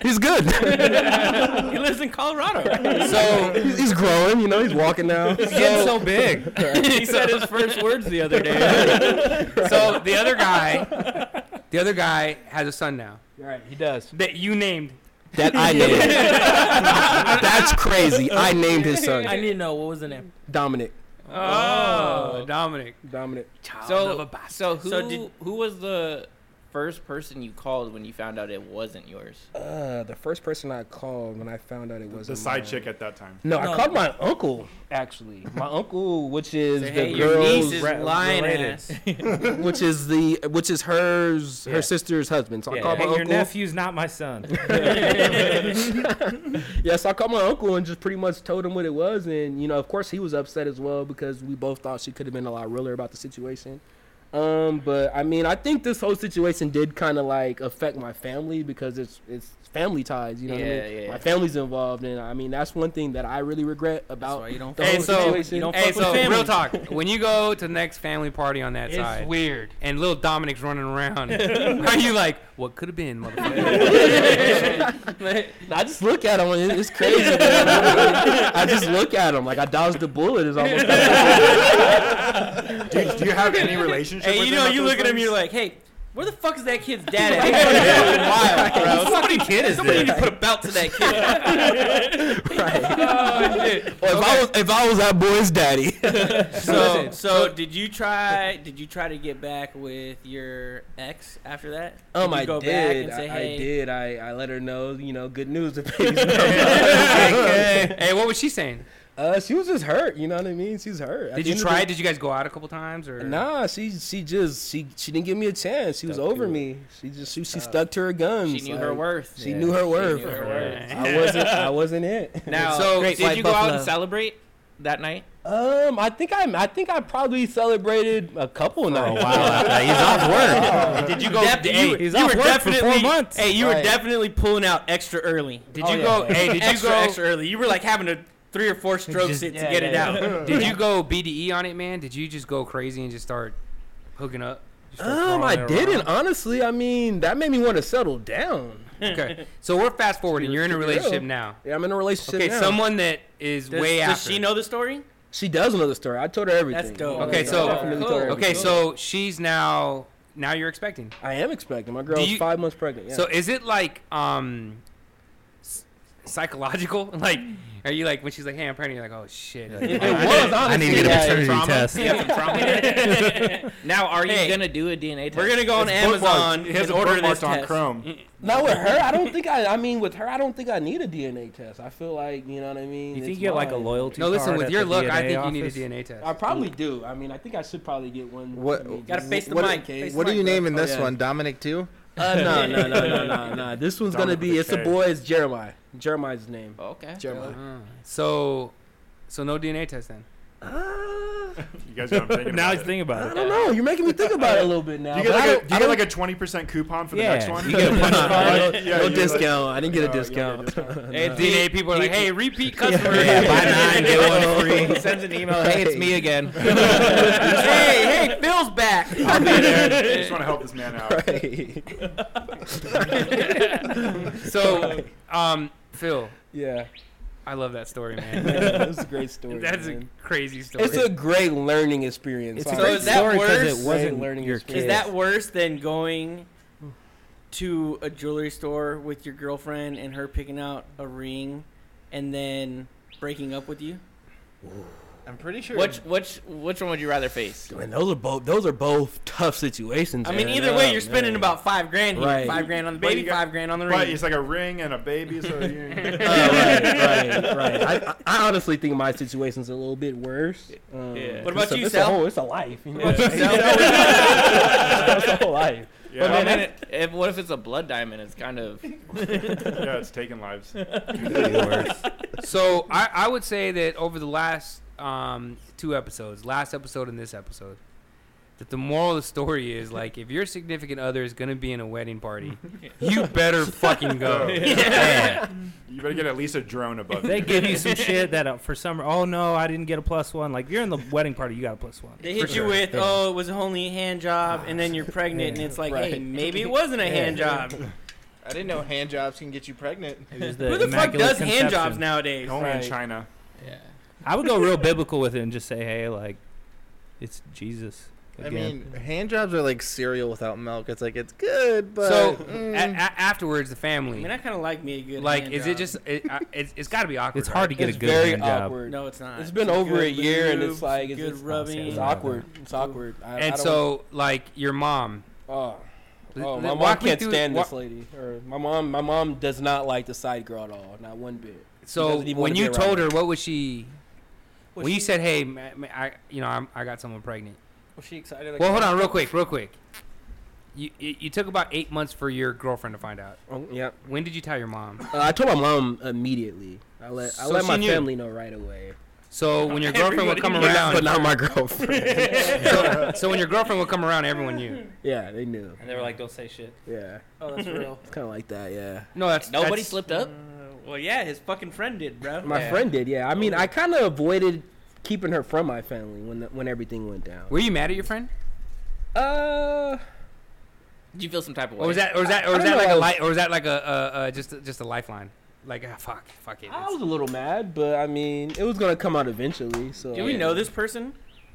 Speaker 7: he's good.
Speaker 3: he lives in Colorado.
Speaker 2: So
Speaker 7: he's, he's growing. You know, he's walking now.
Speaker 2: getting so big.
Speaker 3: he said his first words the other day.
Speaker 2: So the other guy, the other guy has a son now
Speaker 7: Right, he does.
Speaker 2: that you named.
Speaker 7: That I named. That's crazy. I named his
Speaker 9: I
Speaker 7: son
Speaker 9: need to know what was the name.
Speaker 7: Dominic.
Speaker 2: Oh, Dominic.
Speaker 7: Dominic.
Speaker 10: so so who
Speaker 3: So did-
Speaker 10: who was the first person you called when you found out it wasn't yours?
Speaker 7: Uh, the first person I called when I found out it was
Speaker 6: The side chick at that time.
Speaker 7: No,
Speaker 9: No.
Speaker 7: I called my uncle actually. My uncle, which is the
Speaker 3: hey, your niece
Speaker 7: girl's,
Speaker 3: is
Speaker 5: re-
Speaker 3: lying
Speaker 5: related.
Speaker 3: ass.
Speaker 7: which is the which is hers,
Speaker 5: Yeah.
Speaker 7: her sister's husband. So I
Speaker 5: Yeah.
Speaker 7: called
Speaker 5: Hey,
Speaker 7: my
Speaker 5: your
Speaker 7: uncle.
Speaker 5: nephew's not my son.
Speaker 7: yeah, so I called my uncle and just pretty much told him what it was, and you know, of course, he was upset as well because we both thought she could have been a lot realer about the situation. Um, but I mean, I think this whole situation did kind of like affect my family because it's it's family ties, you know what
Speaker 10: Yeah,
Speaker 7: I mean?
Speaker 10: yeah, yeah.
Speaker 7: My family's involved, and I mean that's one thing that I really regret about
Speaker 3: why you don't
Speaker 7: the
Speaker 2: fuck
Speaker 7: whole
Speaker 2: with family.
Speaker 7: situation.
Speaker 3: You don't
Speaker 2: Hey,
Speaker 3: fuck with
Speaker 2: so
Speaker 3: family.
Speaker 2: real talk. When you go to the next family party on that side,
Speaker 12: weird.
Speaker 2: and little Dominic's running around, are you like, what could have been, motherfucker?
Speaker 7: I just look at him. and it- It's crazy. man. I just look at him like I dodged the bullet. Is almost.
Speaker 6: do, you, do you have any relationship?
Speaker 3: Hey,
Speaker 6: with
Speaker 3: you
Speaker 6: him
Speaker 3: know,
Speaker 6: at
Speaker 3: you
Speaker 6: those
Speaker 3: look at him,
Speaker 6: things?
Speaker 3: you're like, hey, where the fuck is that kid's dad at? He's fucking wild, bro.
Speaker 12: Somebody kid is
Speaker 3: Somebody need to
Speaker 12: this?
Speaker 3: put a belt to that kid.
Speaker 11: Well, if, I was, if I was that boy's daddy,
Speaker 3: So, so did you try? Did you try to get back with your ex after that?
Speaker 7: Um,
Speaker 3: you
Speaker 7: I
Speaker 3: go
Speaker 7: did.
Speaker 3: back and say,
Speaker 7: I, I
Speaker 3: hey-
Speaker 7: did. I, I let her know, you know, good news. The baby's
Speaker 2: hey, what was she saying?
Speaker 7: Uh, she was just hurt. You know what I mean? She's hurt. At
Speaker 2: Did
Speaker 7: the
Speaker 2: you
Speaker 7: end of
Speaker 2: try?
Speaker 7: the-
Speaker 2: Did you guys go out a couple times or?
Speaker 7: Nah, she she just she she didn't give me a chance. She was
Speaker 12: Stuck to
Speaker 7: over
Speaker 12: it.
Speaker 7: me. She just she, she stuck to her guns.
Speaker 10: She knew her
Speaker 7: like,
Speaker 10: worth.
Speaker 7: She knew her worth.
Speaker 10: knew her
Speaker 2: worth.
Speaker 7: I wasn't. I wasn't it.
Speaker 10: Now,
Speaker 2: So,
Speaker 10: did
Speaker 2: Great
Speaker 10: you
Speaker 2: White
Speaker 10: go out
Speaker 2: Buffalo.
Speaker 10: and celebrate that night?
Speaker 7: Um, I think I I think I probably celebrated a couple
Speaker 12: Oh,
Speaker 7: nights. Oh,
Speaker 12: wow. after that. He's off work.
Speaker 3: Did you go?
Speaker 2: Def-
Speaker 3: you,
Speaker 2: hey,
Speaker 3: were-
Speaker 12: he's
Speaker 3: you
Speaker 12: off
Speaker 3: were
Speaker 12: work for four
Speaker 3: definitely.
Speaker 12: months.
Speaker 3: Oh, Hey, you were
Speaker 7: Right.
Speaker 3: definitely pulling out extra early.
Speaker 2: Did
Speaker 7: Oh,
Speaker 2: you
Speaker 7: yeah,
Speaker 2: go?
Speaker 7: yeah.
Speaker 2: Hey, did you
Speaker 3: extra,
Speaker 2: go?
Speaker 3: extra early. You were like having a three or four strokes
Speaker 9: Just-
Speaker 3: it to
Speaker 9: yeah,
Speaker 3: get
Speaker 9: yeah,
Speaker 3: it
Speaker 9: yeah.
Speaker 3: out.
Speaker 2: Did you go BDE on it, man? Did you just go crazy and just start hooking up? Just start
Speaker 7: Um, I
Speaker 2: crawling around?
Speaker 7: didn't honestly. I mean, that made me want to settle down.
Speaker 2: Okay, so we're fast forwarding. You're in a
Speaker 7: Yeah.
Speaker 2: relationship now.
Speaker 7: Yeah, I'm in a relationship
Speaker 2: Okay,
Speaker 7: now.
Speaker 2: someone that is
Speaker 3: Does,
Speaker 2: way
Speaker 3: does
Speaker 2: after.
Speaker 3: she know the story?
Speaker 7: she does know the story. I told her everything.
Speaker 3: dope.
Speaker 2: Okay,
Speaker 7: I
Speaker 2: so-
Speaker 7: definitely told her
Speaker 2: Okay,
Speaker 7: everything.
Speaker 2: so she's now now you're expecting.
Speaker 7: I am expecting. My girl's
Speaker 2: you-
Speaker 7: five months pregnant. Yeah.
Speaker 2: So is it like um s- psychological? Like are you like when she's like, "Hey, I'm pregnant," you're like, "Oh shit." You're like,
Speaker 7: It
Speaker 2: "Oh,
Speaker 7: was
Speaker 12: I need to get
Speaker 7: honestly,
Speaker 12: a
Speaker 7: like,
Speaker 12: paternity
Speaker 10: trauma.
Speaker 12: test.
Speaker 10: You have some trauma. now, are you
Speaker 3: Hey,
Speaker 10: gonna do a DNA test?
Speaker 3: We're gonna go on
Speaker 6: It's bookmarked.
Speaker 3: Amazon
Speaker 6: It
Speaker 3: and
Speaker 6: has a
Speaker 3: order this
Speaker 6: bookmarked on
Speaker 3: test.
Speaker 6: Chrome.
Speaker 7: Not with her. I don't think I. I mean, with her, I don't think I need a DNA test. I feel like you know what I mean.
Speaker 5: You
Speaker 7: It's
Speaker 5: think you have like a
Speaker 7: mine.
Speaker 5: loyalty?
Speaker 2: no, listen,
Speaker 5: card
Speaker 2: with
Speaker 5: at
Speaker 2: your
Speaker 5: the
Speaker 2: look, I
Speaker 5: DNA
Speaker 2: think you need
Speaker 5: office?
Speaker 2: a DNA test.
Speaker 7: I probably do. I mean, I think I should probably get one.
Speaker 11: What-
Speaker 7: I mean,
Speaker 3: Gotta
Speaker 7: just-
Speaker 3: face the
Speaker 11: What-
Speaker 3: mic. face the
Speaker 11: what are
Speaker 3: mic,
Speaker 11: you
Speaker 3: bro.
Speaker 11: naming
Speaker 7: Oh,
Speaker 11: this
Speaker 7: yeah.
Speaker 11: one? Dominic too?
Speaker 7: Uh, no, no, no, no, no, no. This one's gonna
Speaker 6: Dominic
Speaker 7: be. It's a
Speaker 6: Paquette.
Speaker 7: boy. It's Jeremiah. Jeremiah's name.
Speaker 10: okay.
Speaker 11: Jeremiah.
Speaker 2: Ah, so so no DNA test then.
Speaker 6: You guys know what I'm thinking
Speaker 5: Now
Speaker 6: about
Speaker 5: he's
Speaker 6: it.
Speaker 5: thinking
Speaker 7: Uh, I
Speaker 5: about it.
Speaker 7: don't know. You're making me think about it a little bit now.
Speaker 6: Do you get
Speaker 7: but I
Speaker 6: like a,
Speaker 7: don't-
Speaker 6: do
Speaker 7: I
Speaker 6: you get
Speaker 7: don't-
Speaker 6: like a 20 percent coupon for
Speaker 5: Yeah,
Speaker 6: the next one?
Speaker 5: you get a bunch of
Speaker 6: Yeah,
Speaker 7: no
Speaker 6: yeah, you're like-
Speaker 7: discount. I didn't get
Speaker 6: Oh,
Speaker 7: a
Speaker 6: you don't get a
Speaker 7: discount.
Speaker 2: Hey, DNA people are like, "Hey, repeat customer.
Speaker 12: buy nine, get one free."
Speaker 10: Sends an email. Hey, it's me again.
Speaker 3: hey, hey, Phil's back.
Speaker 6: I'll be there. I just want to help this man out.
Speaker 7: Right.
Speaker 2: So, um, Phil,
Speaker 7: Yeah.
Speaker 2: I love that story, man.
Speaker 7: That's a great story.
Speaker 2: That's a
Speaker 7: man.
Speaker 2: crazy story.
Speaker 7: It's a great learning experience.
Speaker 9: It's
Speaker 3: So
Speaker 9: a
Speaker 7: I-
Speaker 9: great
Speaker 3: is that
Speaker 9: story because
Speaker 3: worse?
Speaker 9: it wasn't
Speaker 7: learning
Speaker 9: your
Speaker 7: experience.
Speaker 9: kid.
Speaker 3: Is that worse than going to a jewelry store with your girlfriend and her picking out a ring and then breaking up with you?
Speaker 11: I'm pretty sure.
Speaker 10: Which which which one would you rather face?
Speaker 7: Man, those are both. Those are both tough situations.
Speaker 3: I mean,
Speaker 7: man.
Speaker 3: either
Speaker 7: Oh,
Speaker 3: way, you're spending
Speaker 7: man.
Speaker 3: about five grand here.
Speaker 7: Right.
Speaker 3: Five grand on the
Speaker 6: But you
Speaker 3: baby,
Speaker 6: got-
Speaker 3: five grand on the
Speaker 6: But
Speaker 3: ring.
Speaker 6: it's like a ring and a baby, so you.
Speaker 7: Oh, right, right, right. I, I I honestly think my situation's a little bit worse. Um,
Speaker 10: Yeah.
Speaker 3: What about
Speaker 7: it's a-
Speaker 3: you,
Speaker 7: it's
Speaker 3: Sal?
Speaker 7: A whole, it's a life. You know?
Speaker 3: What about you, Sal?
Speaker 7: it's a whole life.
Speaker 6: Yeah,
Speaker 10: I mean, if, what if it's a blood diamond? It's kind of
Speaker 6: yeah, it's taking lives.
Speaker 2: so I, I would say that over the last um, two episodes, last episode and this episode, that the moral of the story is like if your significant other is gonna be in a wedding party, you better fucking go.
Speaker 6: You better get at least a drone above
Speaker 5: They
Speaker 6: you.
Speaker 5: give you some shit that uh, for summer. Oh no, I didn't get a plus one. Like if you're in the wedding party, you got a plus one.
Speaker 3: They hit
Speaker 2: For
Speaker 3: you
Speaker 2: sure.
Speaker 3: with,
Speaker 2: Yeah.
Speaker 3: oh, it was only a hand job, and then you're pregnant, and it's like, hey,
Speaker 7: Right.
Speaker 3: maybe it wasn't a hand job.
Speaker 11: I didn't know hand jobs can get you pregnant.
Speaker 5: It was
Speaker 3: Who the fuck
Speaker 5: immaculate
Speaker 3: does
Speaker 5: conception.
Speaker 3: hand jobs nowadays?
Speaker 6: Only
Speaker 7: Right.
Speaker 6: in China.
Speaker 10: yeah.
Speaker 5: I would go real biblical with it and just say, hey, like it's Jesus.
Speaker 11: I
Speaker 5: Again.
Speaker 11: mean, hand jobs are like cereal without milk. It's like it's good, but
Speaker 2: so a-
Speaker 11: mm.
Speaker 2: a- afterwards, the
Speaker 3: I
Speaker 2: family,
Speaker 3: mean, I kind of like me a good
Speaker 2: like,
Speaker 3: hand
Speaker 2: is
Speaker 3: job.
Speaker 2: it just? It, I, it's, it's got to be awkward.
Speaker 5: it's hard to
Speaker 2: right?
Speaker 5: get
Speaker 7: it's
Speaker 5: a good
Speaker 7: very
Speaker 5: hand job.
Speaker 7: awkward.
Speaker 3: No, it's not.
Speaker 7: It's been
Speaker 3: a
Speaker 7: over
Speaker 3: good
Speaker 7: a year, and
Speaker 3: lube,
Speaker 7: it's like it's,
Speaker 3: good
Speaker 7: it's,
Speaker 3: rubbing.
Speaker 7: it's awkward. It's awkward. I, I
Speaker 2: And
Speaker 7: don't-
Speaker 2: so, like, your mom.
Speaker 7: oh, oh,
Speaker 2: Let-
Speaker 7: my mom
Speaker 2: walk me
Speaker 7: can't
Speaker 2: through-
Speaker 7: stand
Speaker 2: wa-
Speaker 7: this lady. Or my mom, my mom does not like the side girl at all. Not one bit.
Speaker 2: So
Speaker 7: doesn't even
Speaker 2: when
Speaker 7: wanna
Speaker 2: you
Speaker 7: be around
Speaker 2: told
Speaker 7: me.
Speaker 2: her, what was she?
Speaker 9: Was
Speaker 2: when you
Speaker 9: she-
Speaker 2: said, "Hey, ma- ma- I, you know, I'm, I got someone pregnant."
Speaker 9: Was she excited? Like,
Speaker 2: Well, hold on, real quick, real quick. You, you you took about eight months for your girlfriend to find out.
Speaker 7: Oh, yeah.
Speaker 2: When did you tell your mom?
Speaker 7: Uh, I told my mom immediately. I let I
Speaker 2: So
Speaker 7: let
Speaker 2: she
Speaker 7: my
Speaker 2: knew.
Speaker 7: family know right away.
Speaker 2: So when your girlfriend would come
Speaker 11: but
Speaker 2: around,
Speaker 11: not my girlfriend.
Speaker 2: so, so when your girlfriend would come around, everyone knew.
Speaker 7: Yeah, they knew.
Speaker 5: And they were like, don't say shit.
Speaker 7: Yeah,
Speaker 3: Oh, that's real.
Speaker 7: it's kind of like that. Yeah,
Speaker 2: No, that's
Speaker 10: Nobody
Speaker 2: that's-
Speaker 10: slipped up.
Speaker 3: Uh, well, yeah, his fucking friend did, bro.
Speaker 7: my friend did. Yeah, I mean,
Speaker 2: Oh.
Speaker 7: I kind of avoided keeping her from my family when the, when everything went down.
Speaker 2: Were you mad at your friend?
Speaker 7: Uh,
Speaker 10: Mm-hmm. Did you feel some type of way?
Speaker 2: Or was that, or was that,
Speaker 7: I
Speaker 2: or was
Speaker 7: don't
Speaker 2: that like a
Speaker 7: know.
Speaker 2: light, or was that like a, uh, uh, just, just a lifeline? Like, ah, fuck, fuck it.
Speaker 7: I
Speaker 9: Oh,
Speaker 2: It's-
Speaker 7: was a little mad, but I mean, it was gonna come out eventually. So
Speaker 3: Do we know this person?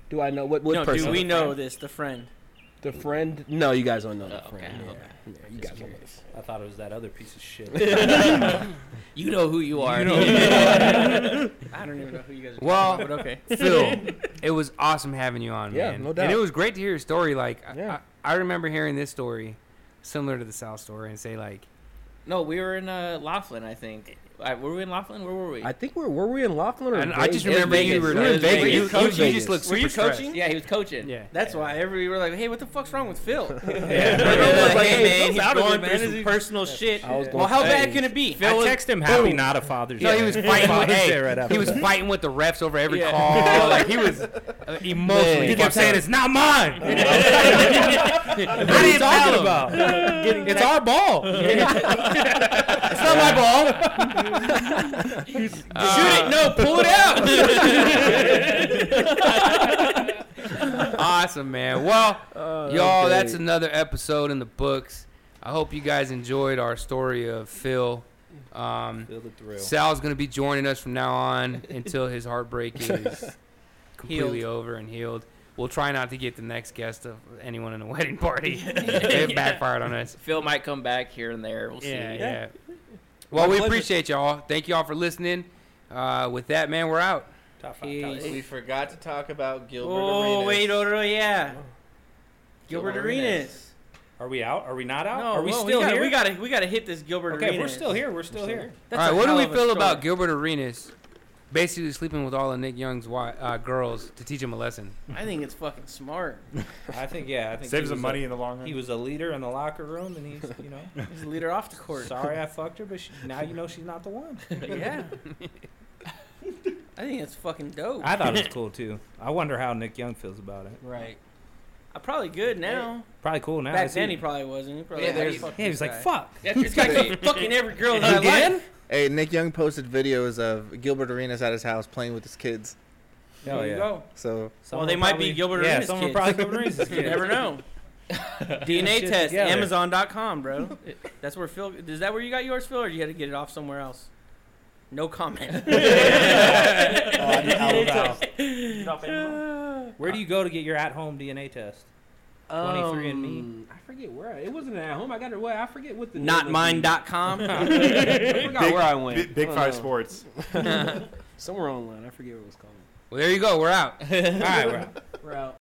Speaker 7: Do I know what what
Speaker 3: no,
Speaker 7: person?
Speaker 3: do we know this? The friend.
Speaker 7: the friend? No, you guys don't know the
Speaker 10: Oh,
Speaker 7: friend.
Speaker 10: okay,
Speaker 7: Yeah.
Speaker 10: okay.
Speaker 7: Yeah, you guys don't know. this.
Speaker 5: I thought it was that other piece of shit.
Speaker 10: You know who you are.
Speaker 3: I don't even know who you guys are.
Speaker 2: Well-
Speaker 3: talking about, but okay.
Speaker 2: Phil, it was awesome having you on,
Speaker 7: Yeah,
Speaker 2: man.
Speaker 7: no
Speaker 2: And
Speaker 7: doubt.
Speaker 2: it was great to hear your story. Like, I-
Speaker 7: Yeah.
Speaker 2: I, I remember hearing this story, similar to the South story, and say like,
Speaker 10: No, we were in uh, Laughlin, I think. I, were we in Laughlin? Where were we?
Speaker 7: I think we're were we in Laughlin or
Speaker 2: I,
Speaker 7: in
Speaker 2: I just
Speaker 7: Vegas?
Speaker 2: remember you
Speaker 10: Vegas.
Speaker 2: were,
Speaker 10: It was
Speaker 2: like,
Speaker 10: Vegas.
Speaker 2: You,
Speaker 10: You
Speaker 2: you- you
Speaker 7: coached
Speaker 2: just looked
Speaker 3: Were
Speaker 2: super
Speaker 3: you
Speaker 2: stressed.
Speaker 3: coaching?
Speaker 10: yeah, he was coaching.
Speaker 2: Yeah.
Speaker 3: That's why everybody were like, "Hey, what the fuck's wrong with Phil?"
Speaker 2: Yeah.
Speaker 3: Everyone was like,
Speaker 7: Hey,
Speaker 3: "Hey, man,
Speaker 7: Phil's
Speaker 3: he's
Speaker 7: out of
Speaker 3: going
Speaker 7: it, man.
Speaker 3: through
Speaker 7: Is
Speaker 3: some
Speaker 7: he-
Speaker 3: personal shit."
Speaker 7: I was going.
Speaker 3: Well, how bad
Speaker 5: Hey.
Speaker 3: can it be?
Speaker 5: I text him happy, not a father's.
Speaker 2: No,
Speaker 5: Day.
Speaker 2: he was fighting.
Speaker 5: Father's
Speaker 2: with, hey,
Speaker 5: Day right after
Speaker 2: he was
Speaker 5: that.
Speaker 2: fighting with the refs over every
Speaker 3: Yeah.
Speaker 2: call. Like he was uh, emotionally.
Speaker 5: He kept saying it's not mine.
Speaker 2: "What are you talking about?
Speaker 5: it's our ball.
Speaker 2: It's not my ball."
Speaker 5: Uh,
Speaker 3: Shoot it! No, pull it out.
Speaker 2: awesome, man. Well,
Speaker 7: uh,
Speaker 2: y'all, that's another episode in the books. I hope you guys enjoyed our story of Phil. Um,
Speaker 5: Feel the thrill.
Speaker 2: Sal's going to be joining us from now on until his heartbreak is completely
Speaker 3: Healed.
Speaker 2: over and healed. We'll try not to get the next guest of anyone in a wedding party. it backfired on us.
Speaker 10: Phil might come back here and there. We'll
Speaker 2: Yeah,
Speaker 10: see.
Speaker 2: yeah. Well,
Speaker 9: My
Speaker 2: we
Speaker 9: pleasure.
Speaker 2: appreciate y'all. Thank y'all for listening. Uh, with that, man, we're out.
Speaker 5: Top five, top
Speaker 3: Peace.
Speaker 5: eight.
Speaker 10: We forgot to talk about Gilbert
Speaker 3: Oh
Speaker 10: Arenas.
Speaker 3: wait, oh no, yeah, Gilbert
Speaker 10: Gilbert
Speaker 3: Arenas.
Speaker 5: Are we out? Are we not out?
Speaker 3: No,
Speaker 5: Are we
Speaker 3: whoa,
Speaker 5: still
Speaker 3: we gotta,
Speaker 5: here?
Speaker 3: We gotta, we gotta hit this Gilbert
Speaker 5: okay,
Speaker 3: Arenas.
Speaker 5: we're still here. We're still here.
Speaker 3: That's
Speaker 2: all
Speaker 3: a
Speaker 2: right, what do
Speaker 3: hell
Speaker 2: we
Speaker 3: of a
Speaker 2: feel about
Speaker 3: story.
Speaker 2: Gilbert Arenas basically sleeping with all of Nick Young's wi uh, girls to teach him a lesson?
Speaker 3: I think it's fucking smart.
Speaker 5: I think yeah. I think he
Speaker 6: Saves them
Speaker 5: was
Speaker 6: money
Speaker 5: A,
Speaker 6: in the long run.
Speaker 5: he was a leader in the locker room, and he's you know
Speaker 3: He's a leader off the court.
Speaker 5: sorry I fucked her, but she, now you know she's not the one.
Speaker 3: Yeah. I think it's fucking dope.
Speaker 5: I thought it was cool too. I wonder how Nick Young feels about it.
Speaker 3: right. I'm Uh, probably good now.
Speaker 5: Probably cool now.
Speaker 3: Back
Speaker 5: is he?
Speaker 3: then he probably wasn't. He probably
Speaker 10: Yeah,
Speaker 3: was like,
Speaker 10: there's-
Speaker 3: "Fuck
Speaker 5: yeah, he was
Speaker 3: this
Speaker 5: like,
Speaker 3: guy."
Speaker 5: "Fuck."
Speaker 10: That's your
Speaker 3: This guy
Speaker 10: guy.
Speaker 3: keep fucking every girl that I like.
Speaker 11: Hey, Nick Young posted videos of Gilbert Arenas at his house playing with his kids.
Speaker 5: Hell
Speaker 3: There you
Speaker 5: yeah.
Speaker 3: go.
Speaker 11: So
Speaker 3: Well, they might be Gilbert
Speaker 5: yeah,
Speaker 3: Arenas
Speaker 5: someone
Speaker 3: kids.
Speaker 5: probably Gilbert Arenas
Speaker 3: You
Speaker 5: kids.
Speaker 3: never know. DNA
Speaker 5: Shit
Speaker 3: test,
Speaker 5: together.
Speaker 3: Amazon.com, bro. That's where Phil. Is that where you got yours, Phil, or you got to get it off somewhere else? No comment.
Speaker 5: Where do you go to get your at-home DNA test? 23andMe?
Speaker 7: Um, I forget where I, it wasn't at home. I got it. Well, I forget what the name of
Speaker 3: Not
Speaker 7: the-
Speaker 3: mine.com.
Speaker 7: I forgot
Speaker 6: Big-
Speaker 7: where I went.
Speaker 6: Big, big
Speaker 7: I don't
Speaker 6: Five
Speaker 7: know.
Speaker 6: Sports.
Speaker 7: Somewhere online. I forget what it was called.
Speaker 2: Well, there you go. We're out.
Speaker 5: All right, we're out.
Speaker 7: We're out.